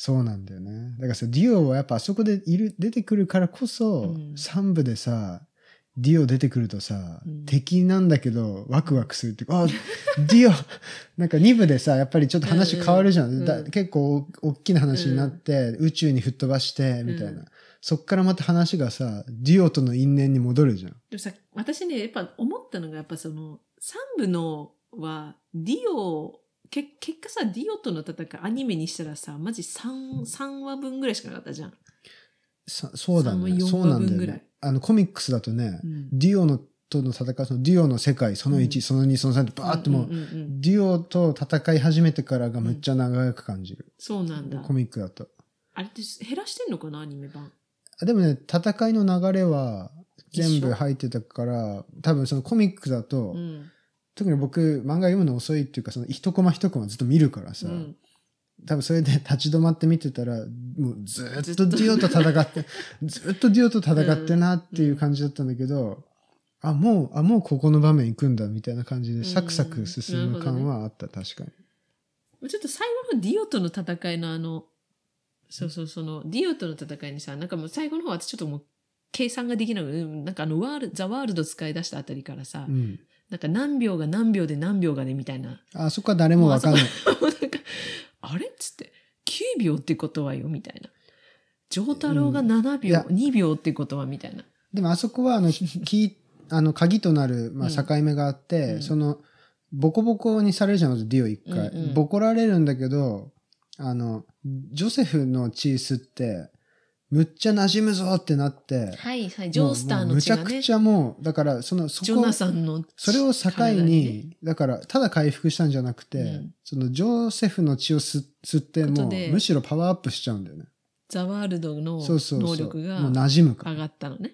Speaker 2: そうなんだよね。だからさ、ディオはやっぱあそこでいる、出てくるからこそ、
Speaker 1: うん
Speaker 2: 三部でさ、ディオ出てくるとさ、
Speaker 1: うん
Speaker 2: 敵なんだけど、ワクワクするっていうか、あ、ディオ なんか二部でさ、やっぱりちょっと話変わるじゃん。
Speaker 1: うんうん
Speaker 2: だ結構お大きな話になって、宇宙に吹っ飛ばして、みたいな。
Speaker 1: うん
Speaker 2: そっからまた話がさ、ディオとの因縁に戻るじゃん。
Speaker 1: でもさ、私ね、やっぱ思ったのが、やっぱその、三部のは、ディオ、け結果さ、ディオとの戦い、アニメにしたらさ、マジ3、三話分ぐらいしかなかったじゃん。
Speaker 2: さそうだ
Speaker 1: 三分
Speaker 2: ね。
Speaker 1: 四分
Speaker 2: そうなんだよ
Speaker 1: ぐらい
Speaker 2: ね。あの、コミックスだとね、
Speaker 1: うん
Speaker 2: ディオのとの戦い、そのディオの世界、その1、
Speaker 1: うん
Speaker 2: その2、その3ってバーってもう、
Speaker 1: んんんん
Speaker 2: デュオと戦い始めてからがめっちゃ長く感じる。
Speaker 1: そうなんだ
Speaker 2: コ。ミックだと。
Speaker 1: あれって減らしてんのかな、アニメ版。
Speaker 2: あでもね、戦いの流れは全
Speaker 1: 一緒
Speaker 2: 部入ってたから、多分そのコミックだと、
Speaker 1: うん。
Speaker 2: 特に僕漫画読むの遅いっていうか、その一コマ一コマずっと見るからさ、
Speaker 1: うん
Speaker 2: 多分それで立ち止まって見てたら、もうず
Speaker 1: ず
Speaker 2: ー
Speaker 1: っ
Speaker 2: っ
Speaker 1: と
Speaker 2: とデュオと戦 って、ずーっとデュオと戦ってなっていう感じだったんだけど、あ、もう、あ、もうここの場面行くんだみたいな感じでサクサク進む感はあった、確かに。
Speaker 1: ちょっと最後のディオとの戦いのあの、そうそう、その、ディオとの戦いにさ、なんかもう最後の方は私ちょっともう、計算ができない、うんなんかあの、ワール、ザ・ワールド使い出したあたりからさ、
Speaker 2: うん。
Speaker 1: なんか何秒が何秒で何秒がね、みたいな。
Speaker 2: あ、そこは誰もわかんない。
Speaker 1: もうなんか、あれっつって、9秒ってことはよ、みたいな。丈太郎が7
Speaker 2: い
Speaker 1: 秒、
Speaker 2: や
Speaker 1: 2秒ってことは、みたいな。
Speaker 2: でもあそこは あの、き、あの、鍵となる、まあ、
Speaker 1: うん
Speaker 2: 境目があって、
Speaker 1: うん
Speaker 2: その、ボコボコにされるじゃん、まずディオ一回。
Speaker 1: うんうん
Speaker 2: ボコられるんだけど、あの、ジョセフのチースって、むっちゃ馴染むぞってなって、
Speaker 1: はいはい、ジョースター
Speaker 2: もうもう
Speaker 1: の
Speaker 2: む
Speaker 1: 血
Speaker 2: ちゃ
Speaker 1: が
Speaker 2: く
Speaker 1: ね、
Speaker 2: ち
Speaker 1: ジ
Speaker 2: ゃもう、だから、その、そ
Speaker 1: ョ
Speaker 2: こ
Speaker 1: ナ、サンの
Speaker 2: それを境
Speaker 1: 体ね
Speaker 2: に、だから、ただ回復したんじゃなくて、
Speaker 1: うん
Speaker 2: その、ジョセフの血を吸吸って、
Speaker 1: こと
Speaker 2: もう
Speaker 1: で、
Speaker 2: むしろパワーアップしちゃうんだよね。
Speaker 1: ザ・ワールドの
Speaker 2: そうそうそう。
Speaker 1: 能力が
Speaker 2: もう馴染むから
Speaker 1: 上。がったのね。
Speaker 2: っ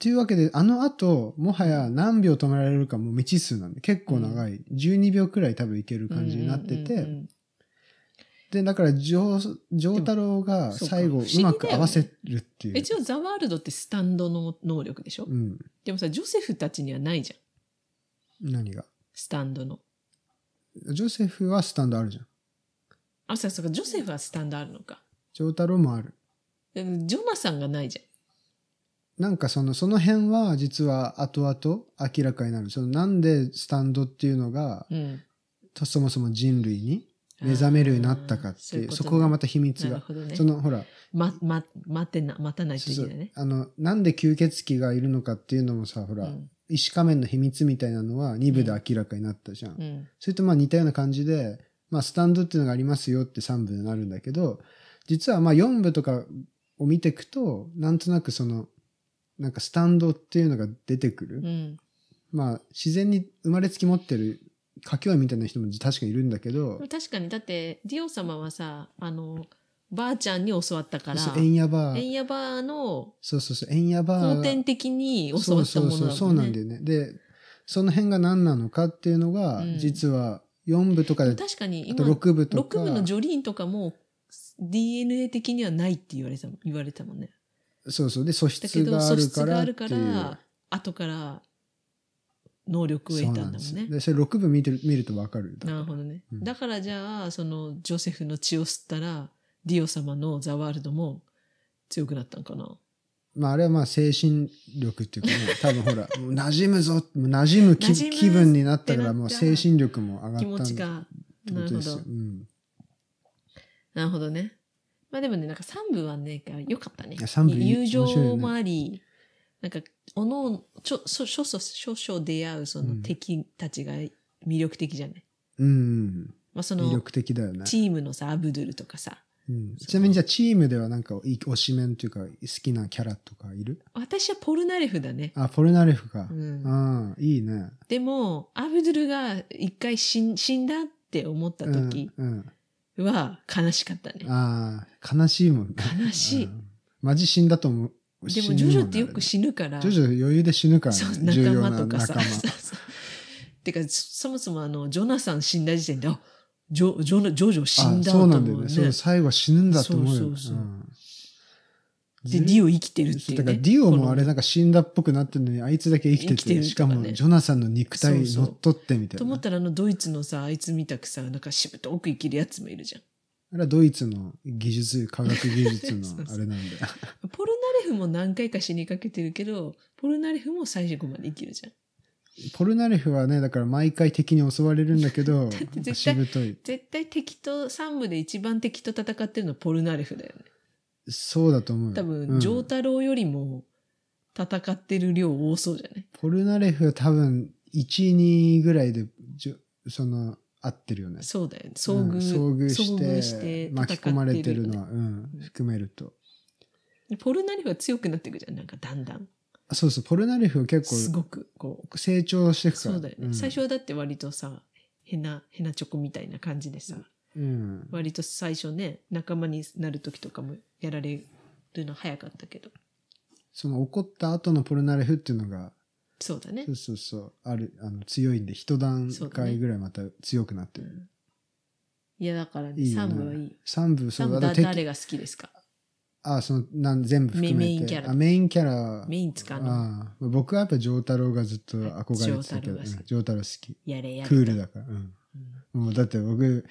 Speaker 2: ていうわけで、あの後、もはや何秒止められるかも未知数なんで、結構長い。12秒くらい多分いける感じになってて、
Speaker 1: うんうんうんうん
Speaker 2: で、だから、ジョー太郎が
Speaker 1: そうか
Speaker 2: 最後
Speaker 1: 不思議だよ
Speaker 2: う
Speaker 1: ね
Speaker 2: まく合わせるっていう。
Speaker 1: 一応ザ・ワールドってスタンドの能力でしょ、
Speaker 2: うん。
Speaker 1: でもさ、ジョセフたちにはないじゃん。
Speaker 2: 何が。
Speaker 1: スタンドの。
Speaker 2: ジョセフはスタンドあるじゃん。
Speaker 1: あ、そうそうか、ジョセフはスタンドあるのか。
Speaker 2: ジョー太郎もある。
Speaker 1: でもジョナサンがないじ
Speaker 2: なんかその、その辺は実は後々明らかになる。そのなんでスタンドっていうのが、
Speaker 1: ゃん。うん。
Speaker 2: とそもそも人類に目覚めるようになったかっていう、そこがま
Speaker 1: た
Speaker 2: た秘密
Speaker 1: なる
Speaker 2: が。
Speaker 1: ほどね
Speaker 2: そ。の、ほら、
Speaker 1: ま、ま、待てな、待たないと
Speaker 2: そう
Speaker 1: いけ
Speaker 2: そ
Speaker 1: な
Speaker 2: う
Speaker 1: いね。
Speaker 2: あの、なんで吸血鬼がいるのかっていうのもさ、ほ
Speaker 1: う
Speaker 2: ら、
Speaker 1: ん
Speaker 2: 石仮面の秘密みたいなのは2部で明らかになったじゃん。
Speaker 1: うん。
Speaker 2: それとまあ似たような感じで、まあスタンドっていうのがありますよって3部になるんだけど、実はまあ4部とかを見ていくと、なんとなくその、なんかスタンドっていうのが出てくる。
Speaker 1: うん。
Speaker 2: まあ自然に生まれつき持ってる家境みたいな人も確かにいるんだけど、
Speaker 1: 確かに、だって、ディオ様はさ、あの、ばあちゃんに教わったから、
Speaker 2: そうエンヤバ
Speaker 1: エ
Speaker 2: ー
Speaker 1: ン、ヤバーの
Speaker 2: そうそうそう、エンヤバーが。
Speaker 1: 後天的に教わったものだもんね。
Speaker 2: そうそうそうそうなんだよね。で、その辺が何なのかっていうのが、
Speaker 1: うん
Speaker 2: 実は4部とかで、
Speaker 1: 確かに
Speaker 2: あと
Speaker 1: 今、
Speaker 2: 6部と
Speaker 1: 6
Speaker 2: か、
Speaker 1: 部のジョリーンとかも DNA 的にはないって言われたもん言われたもんね。
Speaker 2: そうそう、で、素
Speaker 1: だけ
Speaker 2: 質
Speaker 1: ど
Speaker 2: があ
Speaker 1: 素
Speaker 2: る
Speaker 1: 質
Speaker 2: か
Speaker 1: が
Speaker 2: ら
Speaker 1: あ
Speaker 2: っ
Speaker 1: る
Speaker 2: て
Speaker 1: か
Speaker 2: いう
Speaker 1: ら。後から能力を得
Speaker 2: そう
Speaker 1: た
Speaker 2: なん
Speaker 1: んだも
Speaker 2: で
Speaker 1: ん
Speaker 2: す
Speaker 1: ね。
Speaker 2: で、それ6部見てる見るとわかる。
Speaker 1: なるほどね。
Speaker 2: うん
Speaker 1: だからじゃあそのジョセフの血を吸ったらディオ様のザワールドも強くなったんかな。
Speaker 2: まあ、あれはまあ、精神力っていうかね、多分ほら、もう馴染むぞ、もう馴染む
Speaker 1: 馴
Speaker 2: き
Speaker 1: 染む
Speaker 2: 気分になったか
Speaker 1: ってなった
Speaker 2: ら、もう精神力も上がった
Speaker 1: 気持
Speaker 2: ん
Speaker 1: ち
Speaker 2: だっ
Speaker 1: が。
Speaker 2: てこ
Speaker 1: なる
Speaker 2: と
Speaker 1: ほ
Speaker 2: ですよ。
Speaker 1: ど
Speaker 2: う。ん。
Speaker 1: なるほどね。まあでもね、なんか3部はね、良かったね
Speaker 2: いや三。部い
Speaker 1: 友
Speaker 2: い面白い
Speaker 1: 情
Speaker 2: よね
Speaker 1: もあり、なんか、おのおのちょ、そ、少々、少々出会うその
Speaker 2: うん
Speaker 1: 敵たちが魅力的じゃない、
Speaker 2: うん。
Speaker 1: まあそ
Speaker 2: 魅
Speaker 1: の、
Speaker 2: 力的だよね。
Speaker 1: チームのさ、アブドゥルとかさ、
Speaker 2: うん、ちなみにじゃあ、チームではなんか、い推しメンというか、好きなキャラとかいる
Speaker 1: 私はポルナレフだね。
Speaker 2: あ、ポルナレフか。
Speaker 1: う
Speaker 2: うんん、いいね。
Speaker 1: でも、アブドゥルが一回死ん死んだって思った時、
Speaker 2: うん、うん
Speaker 1: は悲しかったね。
Speaker 2: ああ、悲しいもんね。
Speaker 1: 悲しい
Speaker 2: うん。マジ死んだと思う。
Speaker 1: で
Speaker 2: 死
Speaker 1: も、
Speaker 2: ぬ
Speaker 1: ジョジョ
Speaker 2: ん
Speaker 1: っ
Speaker 2: だ
Speaker 1: てよく死ぬから、
Speaker 2: ジョジョ余裕で死ぬから
Speaker 1: そう
Speaker 2: ね。重
Speaker 1: 仲
Speaker 2: 要
Speaker 1: 間
Speaker 2: な
Speaker 1: とかさ。
Speaker 2: 仲間。
Speaker 1: そうそう てか、そもそもあの、ジョナサン死んだ時点で、あジョ、ジョの、ジョジョ死ん
Speaker 2: あ
Speaker 1: だと
Speaker 2: そう
Speaker 1: 思
Speaker 2: な
Speaker 1: うん
Speaker 2: だよね。そう、最後は死ぬんだと思うよ。
Speaker 1: そうそうそうんで、ディオ生きてるって
Speaker 2: そ
Speaker 1: いうう、ね。
Speaker 2: だからディオもあれ
Speaker 1: こ
Speaker 2: なんか死んだっぽくなってるのに、あいつだけ生
Speaker 1: 生
Speaker 2: きてて、
Speaker 1: きてるとかね
Speaker 2: しかもジョナサンの肉体に乗っ取ってみた
Speaker 1: の
Speaker 2: い
Speaker 1: と
Speaker 2: な。
Speaker 1: 思ったら、あの、ドイツのさ、あいつみたくさ、なんかしぶとく生きるやつもいるじゃん。
Speaker 2: あれはドイツの技術、科学技術の
Speaker 1: そうそう
Speaker 2: あれなんだよ。
Speaker 1: ポルナレフも何回か死にかけてるけど、ポルナレフも最後まで生きるじゃん。
Speaker 2: ポルナレフはね、だから毎回敵に襲われるんだけど、
Speaker 1: って 絶対
Speaker 2: しぶとい。
Speaker 1: 絶対敵と、三部で一番敵と戦ってるのはポルナレフだよね。
Speaker 2: そうだと思うよ。
Speaker 1: 多
Speaker 2: う
Speaker 1: 分、
Speaker 2: ん
Speaker 1: ジョータロウよりも戦ってる量多そうじゃない
Speaker 2: ポルナレフは多分、1位、2位ぐらいで、じゅその、合ってるよね。
Speaker 1: そうだよね。遭
Speaker 2: う
Speaker 1: 遇、
Speaker 2: ん遭遇して
Speaker 1: 遭遇して戦って
Speaker 2: 巻
Speaker 1: る
Speaker 2: き込まれてるのは、う
Speaker 1: うん
Speaker 2: ん、含めると。
Speaker 1: ポルナレフは強くなっていくじゃん。なんかだんだん。
Speaker 2: あそうそう、ポルナレフは
Speaker 1: す
Speaker 2: 結構
Speaker 1: ごく、こう。
Speaker 2: 成長していくか
Speaker 1: そ
Speaker 2: ら。
Speaker 1: うだよね。
Speaker 2: ん
Speaker 1: 最初、はだって割とさ、ヘナ、ヘナチョコみたいな感じでさ、
Speaker 2: うん。
Speaker 1: 割と最初ね、仲間になる時とかもやられるの早かったけど。
Speaker 2: その怒った後のポルナレフっていうのが、
Speaker 1: そうだね
Speaker 2: そ。うそうそう、ある、あの、強いんで、一段
Speaker 1: そうだね
Speaker 2: 階ぐらいまた強くなって
Speaker 1: う
Speaker 2: る。
Speaker 1: んいや、だからね、
Speaker 2: いいよ
Speaker 1: サ
Speaker 2: ね
Speaker 1: ムはいい。
Speaker 2: 三部、
Speaker 1: サ
Speaker 2: そう
Speaker 1: ム
Speaker 2: だ
Speaker 1: だ、
Speaker 2: から
Speaker 1: 誰
Speaker 2: 敵
Speaker 1: が好きですか
Speaker 2: あ、その、なん全部含めて。
Speaker 1: メメインキャラ
Speaker 2: あ、メインキャラ。
Speaker 1: メイン使うの。
Speaker 2: ああ僕はやっぱ丈太郎がずっと憧れてたけど、
Speaker 1: は
Speaker 2: う
Speaker 1: い
Speaker 2: ん丈太郎好き。
Speaker 1: やれやれ。
Speaker 2: クールだから。うん
Speaker 1: うん
Speaker 2: もうだって僕、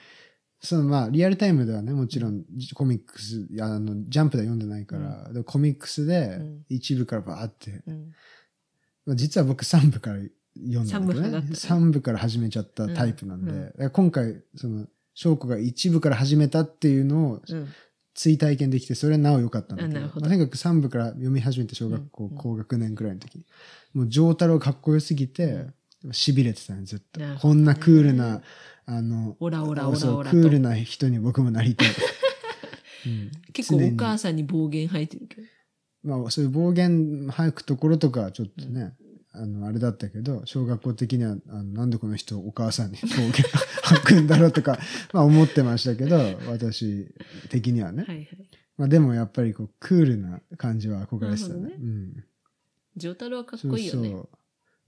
Speaker 2: そのまあ、リアルタイムではね、もちろんコミックス、いやあの、ジャンプでは読んでないから、でコミックスで
Speaker 1: うん
Speaker 2: 一部からバーって、
Speaker 1: うん
Speaker 2: まあ実は僕3部から読んだん
Speaker 1: 三
Speaker 2: だ
Speaker 1: 部
Speaker 2: け
Speaker 1: 派だ
Speaker 2: ど
Speaker 1: った
Speaker 2: ね。
Speaker 1: ね
Speaker 2: 3部から始めちゃったタイプなんで、
Speaker 1: うんうん
Speaker 2: だから今回、その、翔子が一部から始めたっていうのを
Speaker 1: うん。
Speaker 2: 追体験できて、それはなお良かったん
Speaker 1: あ
Speaker 2: だけど、
Speaker 1: なるほど
Speaker 2: まあとにかく3部から読み始めて小学校、
Speaker 1: うんうん
Speaker 2: 高学年くらいの時、もう丈太郎かっこよすぎて、痺れてたね、ずっと
Speaker 1: なる。ほ
Speaker 2: こ
Speaker 1: どね
Speaker 2: んなクールな、あの、
Speaker 1: オラオラオラ
Speaker 2: そ
Speaker 1: オ
Speaker 2: う
Speaker 1: ラ
Speaker 2: クール
Speaker 1: と。
Speaker 2: な人に僕も なりたい。うん
Speaker 1: 結構
Speaker 2: 常
Speaker 1: お
Speaker 2: に
Speaker 1: 母さんに暴言吐いてるけど。
Speaker 2: まあ、そういう暴言吐くところとか、ちょっとね、あの、あれだったけど、小学校的には、あのなんでこの人、お母さんに暴言吐くんだろうとか、まあ思ってましたけど、私的にはね。
Speaker 1: はいはい。
Speaker 2: まあでもやっぱりこう、クールな感じは憧れてた
Speaker 1: な
Speaker 2: ね。
Speaker 1: るほ
Speaker 2: うん。
Speaker 1: ジョータロはかっこいいよね。
Speaker 2: そうそう。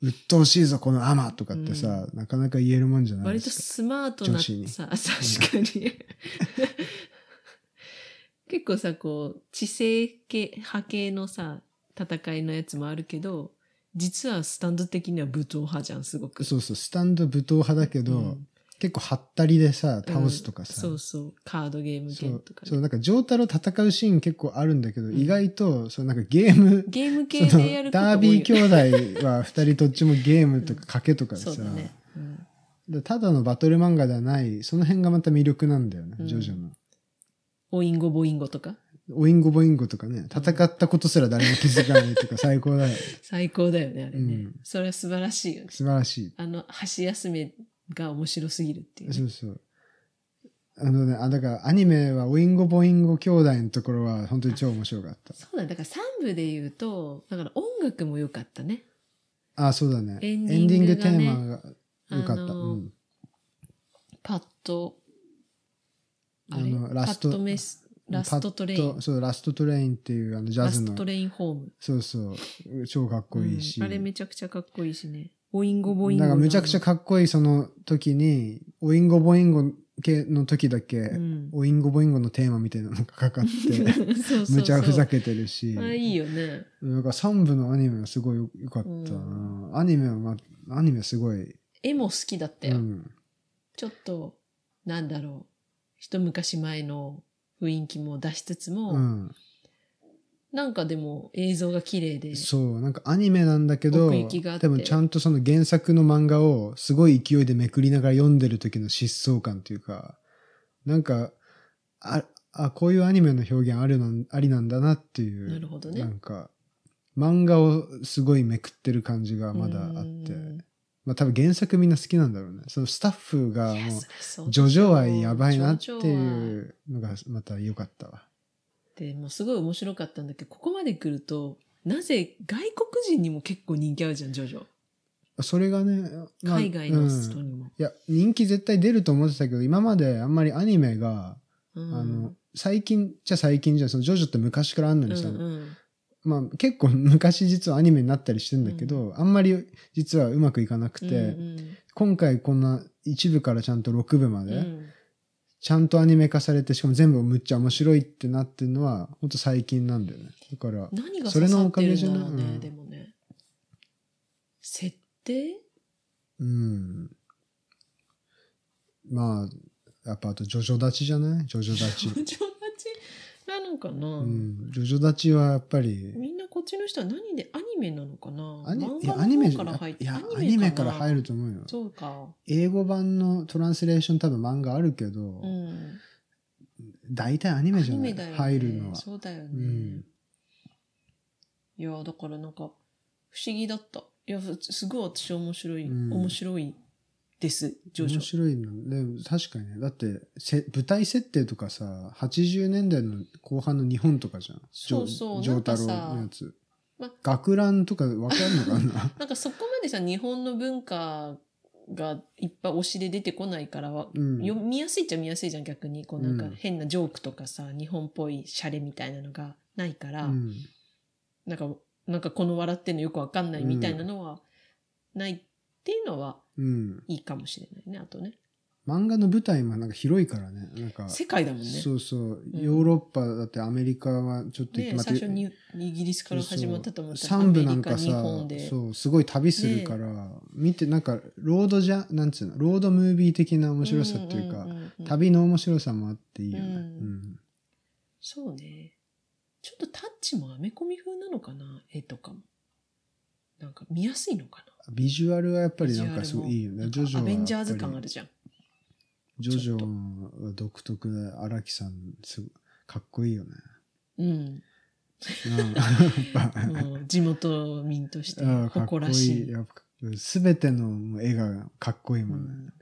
Speaker 2: 鬱陶しいぞ、このアマとかってさ、なかなか言えるもんじゃないで
Speaker 1: 割と
Speaker 2: すか。
Speaker 1: スマートな
Speaker 2: 女子に
Speaker 1: さ、確かに。結構さ、こう、知性系、派系のさ、戦いのやつもあるけど、実はスタンド的には武闘派じゃん、すごく。
Speaker 2: そうそう、スタンド武闘派だけど、
Speaker 1: うん
Speaker 2: 結構はったりでさ、倒すとかさ、
Speaker 1: うんそうそう。カードゲーム
Speaker 2: そ
Speaker 1: 系
Speaker 2: う
Speaker 1: とか、
Speaker 2: そう、
Speaker 1: ね。
Speaker 2: なんか、上太郎戦うシーン結構あるんだけど、
Speaker 1: ん
Speaker 2: 意外と、そう、なんかゲーム、
Speaker 1: ゲーム系
Speaker 2: そ
Speaker 1: でやるこ
Speaker 2: の
Speaker 1: と
Speaker 2: ダー
Speaker 1: 多い
Speaker 2: ビー
Speaker 1: よね
Speaker 2: 兄弟は二人どっちもゲームとか賭けとかでさ、
Speaker 1: そうだね。うん
Speaker 2: でただのバトル漫画ではない、その辺がまた魅力なんだよね、
Speaker 1: うん
Speaker 2: ジョジョの。
Speaker 1: オインゴボインゴとか。
Speaker 2: オインゴボインゴとかね、戦ったことすら誰も気づかない とか最高だよ。
Speaker 1: 最高だよね、あれね。
Speaker 2: うん
Speaker 1: それは素晴らしいよね。
Speaker 2: 素晴らしい。
Speaker 1: あの、箸休めが面白すぎるっていうね、
Speaker 2: そうそう。あのね、あ、だからアニメはオインゴボインゴ兄弟のところは本当に超面白かった。
Speaker 1: そうだね、だから3部で言うと、だから音楽も良かったね。
Speaker 2: あ、そうだね。
Speaker 1: エ
Speaker 2: エ
Speaker 1: ン
Speaker 2: ン
Speaker 1: デ
Speaker 2: デ
Speaker 1: ィング
Speaker 2: ィング
Speaker 1: が
Speaker 2: テ
Speaker 1: ね
Speaker 2: ーマが良かった。
Speaker 1: あのー
Speaker 2: うん
Speaker 1: パッド、あ
Speaker 2: あ
Speaker 1: れ
Speaker 2: のラスト
Speaker 1: パッドメス、ラストトレイ
Speaker 2: パッ
Speaker 1: ン
Speaker 2: と、そう、ラストトレインっていうあのジャ
Speaker 1: ラ
Speaker 2: ズ
Speaker 1: スト
Speaker 2: の
Speaker 1: ト、レインホーム。
Speaker 2: そうそう、超かっこいいし。
Speaker 1: うんあれめちゃくちゃかっこいいしね。ボインゴボインゴ
Speaker 2: な
Speaker 1: の。
Speaker 2: んかめちゃくちゃかっこいいその時に、オインゴボインゴ系の時だけ、
Speaker 1: うん。
Speaker 2: オインゴボインゴのテーマみたいなのがかかって、
Speaker 1: そうそうそう。
Speaker 2: むちゃふざけてるし、
Speaker 1: あ、いいよね。
Speaker 2: なんか3部のアニメはすごい良かったな、アニメは、まあ、アニメすごい、
Speaker 1: 絵も好きだった
Speaker 2: う
Speaker 1: よ。
Speaker 2: ん、
Speaker 1: ちょっと、なんだろう。一昔前の雰囲気も出しつつも、
Speaker 2: うん。
Speaker 1: なんかでも映像が綺麗で。
Speaker 2: そう、なんかアニメなんだけど、
Speaker 1: 奥行きがあって
Speaker 2: でもちゃんとその原作の漫画をすごい勢いでめくりながら読んでる時の疾走感というか、なんか、あ、あこういうアニメの表現あるなん、ありなんだなっていう。
Speaker 1: なるほどね
Speaker 2: なんか、漫画をすごいめくってる感じがまだあっ
Speaker 1: う
Speaker 2: て。
Speaker 1: ん
Speaker 2: まあ多分原作みんな好きなんだろうね。そのスタッフが
Speaker 1: いや
Speaker 2: も
Speaker 1: そりゃそう
Speaker 2: う、
Speaker 1: だ
Speaker 2: ジョ
Speaker 1: よ
Speaker 2: ジョ愛やばいなって
Speaker 1: ジョジョ
Speaker 2: い
Speaker 1: 愛
Speaker 2: うのがまた良かったわ。
Speaker 1: でもうすごい面白かったんだけどここまで来るとなぜ外国人にも結構人気あるじゃんジョジョ
Speaker 2: それがね、まあ
Speaker 1: 海外の人
Speaker 2: うんい
Speaker 1: にも。
Speaker 2: や、人気絶対出ると思ってたけど、今まであんまりアニメが、
Speaker 1: うん
Speaker 2: あの、、最近じゃ最近じゃ、そのジョジョって昔からあんの
Speaker 1: うん
Speaker 2: にさ、
Speaker 1: うん
Speaker 2: まあ結構昔実はアニメになったりしてんだけど、あんまり実はうまくいかなくて、
Speaker 1: うん
Speaker 2: 今回こんな一部からちゃんと6部ま
Speaker 1: うん
Speaker 2: で、
Speaker 1: うん
Speaker 2: ちゃんとアニメ化されて、しかも全部むっちゃ面白いってなってるのは、ほんと最近なんだよね。だから、
Speaker 1: 何が
Speaker 2: そ
Speaker 1: 刺
Speaker 2: れの
Speaker 1: さ
Speaker 2: お
Speaker 1: っ
Speaker 2: か
Speaker 1: てる
Speaker 2: げ
Speaker 1: ん
Speaker 2: じゃ
Speaker 1: だ
Speaker 2: ない
Speaker 1: ろうね、
Speaker 2: うん
Speaker 1: でもね。設定
Speaker 2: うん。まあ、やっぱあと、ジョジョ立ちじゃないジョジョ立
Speaker 1: 情
Speaker 2: ち。
Speaker 1: 立ちなのかな、
Speaker 2: うん。ジョジョ立ちはやっぱり、
Speaker 1: みんなこっちの人は何でアニメなのかな
Speaker 2: アニ
Speaker 1: 漫
Speaker 2: いや
Speaker 1: 画
Speaker 2: アニメ
Speaker 1: の
Speaker 2: じ
Speaker 1: 方
Speaker 2: ゃ
Speaker 1: から
Speaker 2: な
Speaker 1: 入
Speaker 2: い
Speaker 1: っ。
Speaker 2: い
Speaker 1: て
Speaker 2: や、アニメから入
Speaker 1: る。
Speaker 2: ると思うよ。
Speaker 1: そうか。
Speaker 2: 英語版のトランスレーション多分漫画あるけど
Speaker 1: う、ん。
Speaker 2: 大体アニ
Speaker 1: ア
Speaker 2: メじゃ
Speaker 1: ニ
Speaker 2: な
Speaker 1: メ
Speaker 2: い
Speaker 1: だよね。
Speaker 2: 入るのは。
Speaker 1: そうだよね。
Speaker 2: うん
Speaker 1: いや、だからなんか、不思議だった。いや、すすごい私面白い。
Speaker 2: うん
Speaker 1: 面白いです、ジョジ
Speaker 2: 面
Speaker 1: ョ。
Speaker 2: 白いの。でも確かにね。だって、せ舞台設定とかさ、80年代の後半の日本とかじゃん。
Speaker 1: そうそう
Speaker 2: ジョ
Speaker 1: なん
Speaker 2: ー太
Speaker 1: かさ
Speaker 2: 郎のやつ
Speaker 1: ま。
Speaker 2: 学ランとかわかるのか な
Speaker 1: なんかそこまでさ、日本の文化がいっぱい推しで出てこないからは、
Speaker 2: うん。
Speaker 1: 読みやすいっちゃ見やすいじゃん、逆に。こうなんか
Speaker 2: うん
Speaker 1: 変なジョークとかさ、日本っぽいシャレみたいなのがないから、
Speaker 2: うん
Speaker 1: なんか、なんかこの笑ってんのよくわかんないみたいなのはないっていうのは
Speaker 2: うん。
Speaker 1: いいかもしれないね、あとね。
Speaker 2: 漫画の舞台もなんか広いからね。なんか、
Speaker 1: 世界だもんね。
Speaker 2: そうそう。
Speaker 1: うん
Speaker 2: ヨーロッパだってアメリカはちょっと
Speaker 1: ね
Speaker 2: また
Speaker 1: 最初にイギリスから始まったと思ったら
Speaker 2: 3部なんか
Speaker 1: アメリカ日
Speaker 2: さ
Speaker 1: 本で。
Speaker 2: そうすごい旅するから、見てなんかロードじゃなんつうのロードムービー的な面白さっていうか、
Speaker 1: んんんうん
Speaker 2: 旅の面白さもあっていいよね、
Speaker 1: うん
Speaker 2: うん
Speaker 1: そうね。ちょっとタッチもアメコミ風なのかな絵とかも。なんか見やすいのかな
Speaker 2: ビジュアルはやっぱりなんかすごいいいよ
Speaker 1: な
Speaker 2: ね
Speaker 1: ん
Speaker 2: ジ
Speaker 1: か
Speaker 2: ョジョ
Speaker 1: ア
Speaker 2: は
Speaker 1: ベ
Speaker 2: やっぱり
Speaker 1: ンジャーズ感あるじゃん。
Speaker 2: ジョジョは独特で荒木さんすごいかっこいい よね、
Speaker 1: うん。
Speaker 2: うん、やっぱ
Speaker 1: もう地元民として
Speaker 2: うんかっこ
Speaker 1: 誇らし
Speaker 2: い
Speaker 1: い。
Speaker 2: いやっぱ全ての絵がかっこいいもんね、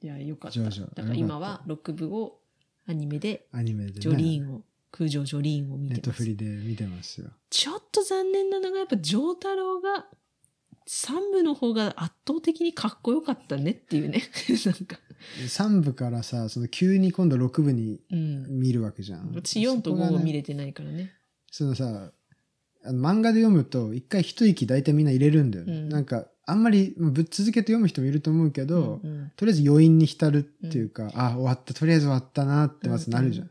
Speaker 1: いや、よかっ
Speaker 2: ジ
Speaker 1: た。
Speaker 2: ョジョ
Speaker 1: だから今は6部をアニメで、
Speaker 2: アニメでね
Speaker 1: ジョリーンを、空城ジョリーンを見
Speaker 2: ネッ
Speaker 1: て
Speaker 2: ト
Speaker 1: ま
Speaker 2: フ
Speaker 1: す。
Speaker 2: リで見てますよ
Speaker 1: ちょっと残念なのが、やっぱ、ジョー太郎が、3部の方が圧倒的にかっこよかったねっていうね。なんか、
Speaker 2: 3部からさその急に今度6部に
Speaker 1: うん。
Speaker 2: 見るわけじゃん
Speaker 1: 私4と
Speaker 2: そこが
Speaker 1: 5
Speaker 2: ね
Speaker 1: を見れてないからね。
Speaker 2: そのさあの漫画で読むと一回一息大体みんな入れるんだよね、
Speaker 1: うん
Speaker 2: なんかあんまりぶっ続けて読む人もいると思うけど、
Speaker 1: うんうん
Speaker 2: とりあえず余韻に浸るっていうか、あ終わったとりあえず終わったなってまずなるじゃん、
Speaker 1: う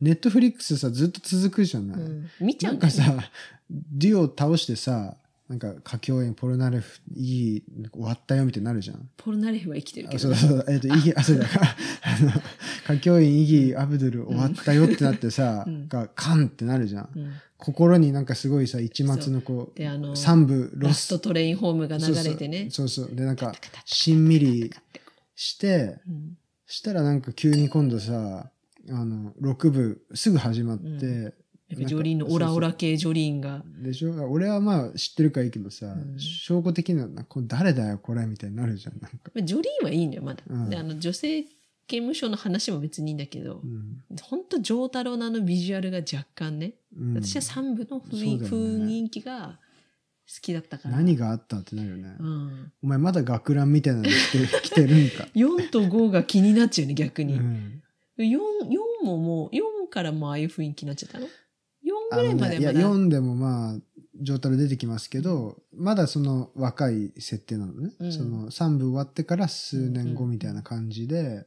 Speaker 2: ネットフリックスさずっと続くじゃない、
Speaker 1: うん見ちゃ
Speaker 2: な
Speaker 1: うん
Speaker 2: ん
Speaker 1: だ
Speaker 2: か
Speaker 1: よね
Speaker 2: さデュオ倒してさなんか歌教演ポルナレフいいなんか終わったよみたいになるじゃん
Speaker 1: ポルナレフは生きてるけど
Speaker 2: あそうだそうだ、えっ、と、イギ、あ、そうだ、あの、歌教員イギー・アブドゥル終わったよってなってさ、
Speaker 1: うん
Speaker 2: が、カンってなるじゃん。
Speaker 1: うん
Speaker 2: 心になんかすごいさ、一末のこ
Speaker 1: であの
Speaker 2: う、三部
Speaker 1: ラ
Speaker 2: ロ
Speaker 1: ス
Speaker 2: ス
Speaker 1: トトレインホームが流れてね。
Speaker 2: そうそうそうそう。で、なんか
Speaker 1: カタカタカタカタカタカ、タ
Speaker 2: しんみりして、
Speaker 1: うん
Speaker 2: したらなんか急に今度さ、あの、6部すぐ始まって、
Speaker 1: うやっぱジョリーンのオラオラ系ジョリーンが。
Speaker 2: でしょ俺はまあ知ってるからいいけどさ、
Speaker 1: ん
Speaker 2: 証拠的な、こう誰だよこれみたいになるじゃん、なんか。
Speaker 1: まあジョリーンはいいのよ、まだ。
Speaker 2: うん
Speaker 1: であの女性刑務所の話も別にいいんだけど
Speaker 2: う、ん
Speaker 1: ほんと丈太郎のあのビジュアルが若干ね、
Speaker 2: うん
Speaker 1: 私は三部の雰,、
Speaker 2: そうだよね
Speaker 1: 雰囲気が好きだったから。
Speaker 2: 何があったってなるよね。
Speaker 1: うん。
Speaker 2: お前まだ学ランみたいなの着て着てるんか。
Speaker 1: 4と5が気になっ ちゃうね、逆
Speaker 2: う
Speaker 1: に。
Speaker 2: ん、
Speaker 1: 4、4ももう、4からもうああいう雰囲気になっちゃったの ?4
Speaker 2: あ
Speaker 1: ぐらい
Speaker 2: の
Speaker 1: まで
Speaker 2: ね、いや
Speaker 1: はまだ。
Speaker 2: 読んでもまあ上太郎出てきますけどまだその若い設定なのね、
Speaker 1: うん
Speaker 2: その3部終わってから数年後みたいな感じで、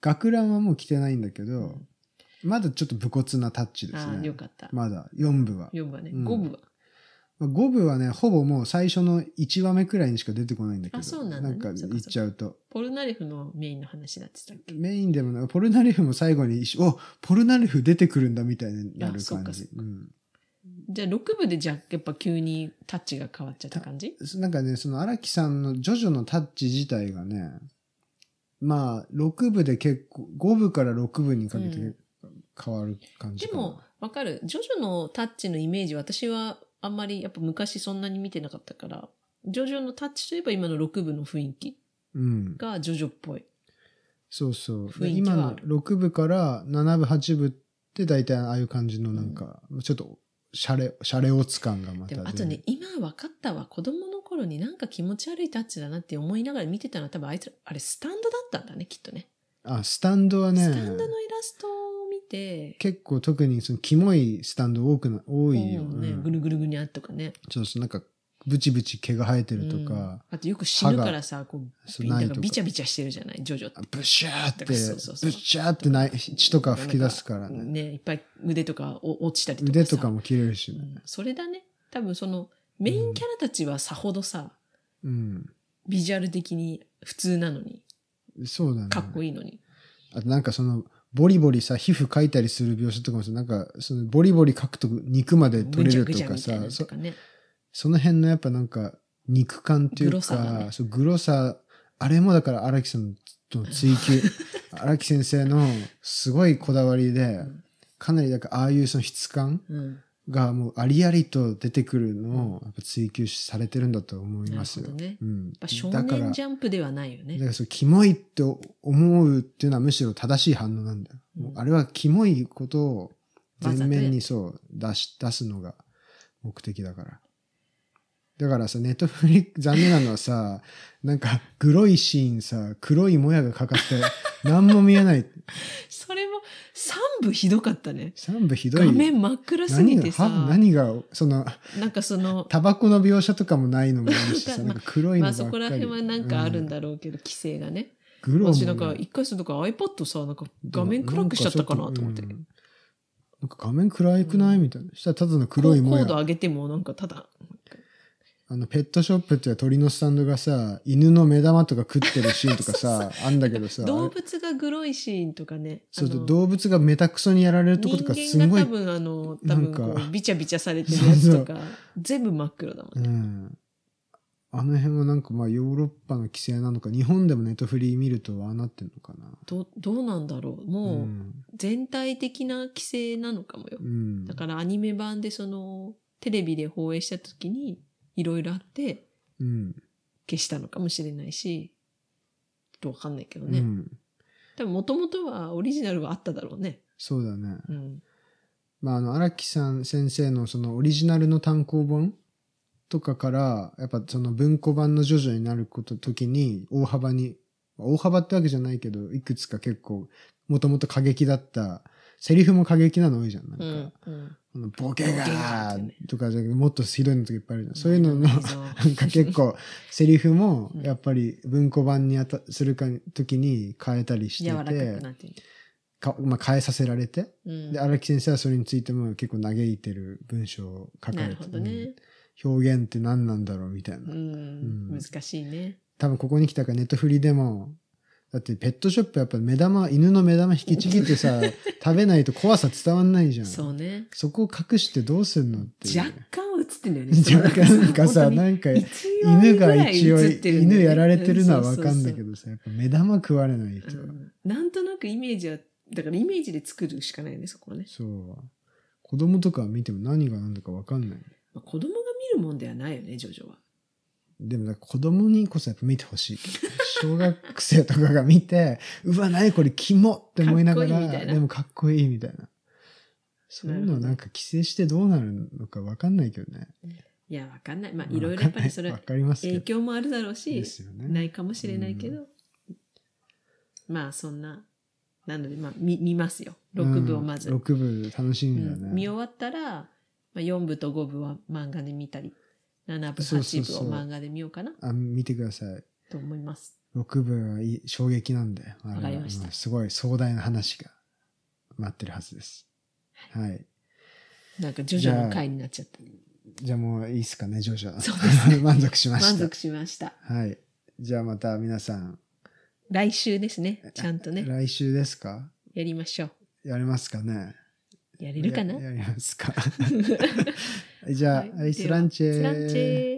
Speaker 2: 学ランはもう着てないんだけど、
Speaker 1: うん
Speaker 2: まだちょっと武骨なタッチです
Speaker 1: ああ、
Speaker 2: ね
Speaker 1: よかった。
Speaker 2: まだ4部は、
Speaker 1: 4部はね。
Speaker 2: うん
Speaker 1: 5部は。
Speaker 2: まあ5部はねほぼもう最初の1話目くらいにしか出てこないんだけど
Speaker 1: あそうなんだね
Speaker 2: か
Speaker 1: そっかそっか
Speaker 2: 言っちゃうと
Speaker 1: ポルナレフのメインの話だって言ったっけ
Speaker 2: メインでもないポルナレフも最後に一緒おポルナレフ出てくるんだみたいになる
Speaker 1: あそう
Speaker 2: 感
Speaker 1: か
Speaker 2: じ
Speaker 1: そうか
Speaker 2: うん
Speaker 1: じゃあ6部でじゃあやっぱ急にタッチが変わっちゃった感じ
Speaker 2: なんかね、その荒木さんのジョジョのタッチ自体がね、まあ、6部で結構、5部から6部にかけ
Speaker 1: う
Speaker 2: て
Speaker 1: ん
Speaker 2: 変わる感じ
Speaker 1: で
Speaker 2: かな。
Speaker 1: もわかる。ジョジョのタッチのイメージ私はあんまりやっぱ昔そんなに見てなかったから、ジョジョのタッチといえば今の6部の雰囲気
Speaker 2: うん。
Speaker 1: がジョジョっぽい。
Speaker 2: そうそう。
Speaker 1: 雰
Speaker 2: で
Speaker 1: 囲気
Speaker 2: 今
Speaker 1: はあ
Speaker 2: の
Speaker 1: る
Speaker 2: 6部から7部、8部って大体ああいう感じのなんか、ちょっと、シャレ、シャレオツ感がまた
Speaker 1: で
Speaker 2: 出る
Speaker 1: もあとね、今分かったわ。子供の頃になんか気持ち悪いタッチだなって思いながら見てたのは多分あいつら、あれスタンドだったんだね、きっとね。
Speaker 2: あ、スタンドはね
Speaker 1: ス、タンドのイラストを見て、
Speaker 2: 結構特にそのキモいスタンド多くな、多いよ。
Speaker 1: こうね、
Speaker 2: うん
Speaker 1: ぐるぐるぐにゃっとかね。
Speaker 2: そうそう、なんか、ブチブチ毛が生えてると
Speaker 1: うん
Speaker 2: か、、
Speaker 1: あとよく死ぬからさ、こう、
Speaker 2: そう
Speaker 1: な
Speaker 2: なんい
Speaker 1: か
Speaker 2: とか
Speaker 1: ビチャビチャしてるじゃない、ジョジョって
Speaker 2: あ。ブシャーって、
Speaker 1: だからそうそうそう
Speaker 2: ブシャーってない血とか吹き出すからね。
Speaker 1: ね、いっぱい腕とかお落ちたりとかさ。
Speaker 2: 腕とかも切れるし
Speaker 1: う
Speaker 2: ね。
Speaker 1: んそれだね。多分その、メインキャラたちはさほどさ、
Speaker 2: うん。
Speaker 1: ビジュアル的に普通なのに、
Speaker 2: そうだね。
Speaker 1: かっこいいのに。
Speaker 2: あとなんかその、ボリボリさ、皮膚描いたりする描写とかもさ、なんか、その、ボリボリ描くと肉まで取れる
Speaker 1: ぐ
Speaker 2: と
Speaker 1: ちゃ
Speaker 2: か
Speaker 1: ぐちゃみたいなの
Speaker 2: さ、
Speaker 1: と
Speaker 2: そ
Speaker 1: かね。
Speaker 2: その辺のやっぱなんか、肉感という
Speaker 1: グ
Speaker 2: か、
Speaker 1: ロさがね
Speaker 2: そう、グロさ、あれもだから荒木さんの追 求、荒木先生のすごいこだわりで
Speaker 1: ん、
Speaker 2: かなりだからああいうその質感
Speaker 1: うん。
Speaker 2: がもうありありと出てくるのをやっぱ追求されてるんだと思います
Speaker 1: な
Speaker 2: よ
Speaker 1: るほどね
Speaker 2: うん
Speaker 1: やっぱ少
Speaker 2: だから
Speaker 1: 年ジャンプではないよ
Speaker 2: だ
Speaker 1: ね
Speaker 2: か。らそう、キモいって思うっていうのはむしろ正しい反応なんだよ。
Speaker 1: うん
Speaker 2: もうあれはキモいことを
Speaker 1: わざ
Speaker 2: 全
Speaker 1: とや
Speaker 2: 面にそう、出し、出すのが目的だから。だからさ、ネットフリック、残念なのはさ、 なんか、黒いシーンさ、黒いもやがか かって、何も見えない。
Speaker 1: それも3部ひどかったね。
Speaker 2: 全部ひどい。
Speaker 1: 画面真っ暗すぎ
Speaker 2: 何
Speaker 1: て
Speaker 2: が、
Speaker 1: さ、
Speaker 2: は何が、その、
Speaker 1: なんかその、
Speaker 2: タバコの描写とかもないのもあるしさ、
Speaker 1: まあ
Speaker 2: なんか黒いの
Speaker 1: まあ
Speaker 2: ばっかり。
Speaker 1: そこら辺はなんかあるん
Speaker 2: だ。
Speaker 1: だろうけど、規制がね。
Speaker 2: グロも
Speaker 1: 私なんか一回そのとか iPad さ、なんか画面暗くしちゃったかなと思って。
Speaker 2: なんかちょっうんなんか画面暗くないみたいな。そしたらただの黒いも
Speaker 1: コード
Speaker 2: や。
Speaker 1: 上げてもなんかただ、
Speaker 2: あの、ペットショップっていう鳥のスタンドがさ、犬の目玉とか食ってるシーンと か
Speaker 1: そう
Speaker 2: さ、あんだけどさ、
Speaker 1: 動物がグロいシーンとかね。
Speaker 2: そう
Speaker 1: あの
Speaker 2: 動物がめたくそにやられるとことかす
Speaker 1: 人間
Speaker 2: ご
Speaker 1: が
Speaker 2: い
Speaker 1: 多、分あの、多
Speaker 2: なん
Speaker 1: 分
Speaker 2: か
Speaker 1: こうビチャビチャされてるやつとか、全部真っ黒だもん
Speaker 2: う
Speaker 1: ね。
Speaker 2: ん。あの辺はなんかまあヨーロッパの規制なのか、日本でもネットフリー見るとああなってんのかな。
Speaker 1: どどうなんだろうもう
Speaker 2: うん
Speaker 1: 全体的な規制なのかもよ
Speaker 2: う。ん。
Speaker 1: だからアニメ版でそのテレビで放映した時にいろいろあって
Speaker 2: うん。
Speaker 1: 消したのかもしれないし、ちょっとわかんないけどね。
Speaker 2: うん。
Speaker 1: 多分もともとはオリジナルはあっただろうね。
Speaker 2: そうだね。
Speaker 1: うん。
Speaker 2: まあ、あの荒木さん先生のそのオリジナルの単行本とかからやっぱその文庫版の徐々になること時に大幅に大幅ってわけじゃないけどいくつか結構もともと過激だったセリフも過激なの多いじゃんなんか、
Speaker 1: うん。うん
Speaker 2: あのボケ
Speaker 1: ボケが
Speaker 2: が
Speaker 1: ーってね
Speaker 2: ーとかじゃなくてもっとひどいのとかいっぱいあるじゃん、そういうのの
Speaker 1: 内臓
Speaker 2: なんか結構セリフも
Speaker 1: うん
Speaker 2: やっぱり文庫版にあたするか時に変えたりし
Speaker 1: 柔ら
Speaker 2: て
Speaker 1: かく
Speaker 2: て
Speaker 1: なってる。
Speaker 2: か、まあ、変えさせられて
Speaker 1: うん
Speaker 2: で、荒木先生はそれについても結構嘆いてる文章を書か
Speaker 1: な
Speaker 2: れ
Speaker 1: る
Speaker 2: て
Speaker 1: ほ
Speaker 2: て、
Speaker 1: どね。
Speaker 2: 表現って何なんだろうみたいな。
Speaker 1: うん。
Speaker 2: うん
Speaker 1: 難しいね。
Speaker 2: 多分ここに来たからネットフリでも、だってペットショップやっぱ目玉、犬の目玉引きちぎっ てさ、食べないと怖さ伝わんないじゃん。
Speaker 1: そうね。
Speaker 2: そこを隠してどうすんのっていう。
Speaker 1: 若干映ってんだよね。
Speaker 2: 若干なんかさ、
Speaker 1: 本当に
Speaker 2: なんか、
Speaker 1: 一応
Speaker 2: 犬が一応、
Speaker 1: ぐらい映ってるんだよ
Speaker 2: 犬
Speaker 1: ね
Speaker 2: やられてるのはわか
Speaker 1: うんそ
Speaker 2: だ
Speaker 1: うそう
Speaker 2: けどさ、やっぱ目玉食われないと。
Speaker 1: うんなんとなくイメージは、だからイメージで作るしかないよね、そこはね。
Speaker 2: そう。子供とか見ても何が何だかわかんない。
Speaker 1: まあ、子供が見るもんではないよね、ジョジョは。
Speaker 2: でもなんか子供にこそやっぱ見てほしいけど、小学生とかが見て、 うわ、何これ、キモって思いなが
Speaker 1: かっ
Speaker 2: ら
Speaker 1: こいいみたいな
Speaker 2: でもかっこいいみたいな。そういうのなんか規制してどうなるのかわかんないけどね。
Speaker 1: いや、わかんない。まあ、
Speaker 2: まあ
Speaker 1: いろいろやっぱりそれ
Speaker 2: わ、かんないわかりますけ
Speaker 1: 影
Speaker 2: ど。
Speaker 1: 響もあるだろうし、
Speaker 2: ですよね。
Speaker 1: ないかもしれないけど、まあ、そんな、なので、まあ、見見ますよ。6部をまず。
Speaker 2: うん六部楽しみだね。
Speaker 1: うん見終わったら、まあ、4部と5部は漫画で見たり、7部、
Speaker 2: そうそ
Speaker 1: 8
Speaker 2: う
Speaker 1: 部
Speaker 2: そう
Speaker 1: を漫画で見ようかな
Speaker 2: あ、見てください。
Speaker 1: と思います。
Speaker 2: 6部はいい衝撃なんで。あれは
Speaker 1: わかりました
Speaker 2: うんすごい壮大な話が待ってるはずです。はい。
Speaker 1: なんか、ジョジョの回になっちゃった。
Speaker 2: じゃあもういいっすかね、ジョジョ。
Speaker 1: そうですね
Speaker 2: 満足しました。
Speaker 1: 満足しました。
Speaker 2: はい。じゃあまた皆さん、
Speaker 1: 来週ですね。ちゃんとね、
Speaker 2: 来週ですか
Speaker 1: やりましょう。
Speaker 2: やりますかね
Speaker 1: やれるかな
Speaker 2: ややりますか。じゃあ、
Speaker 1: はい
Speaker 2: アイスランチェ
Speaker 1: ではスランチェー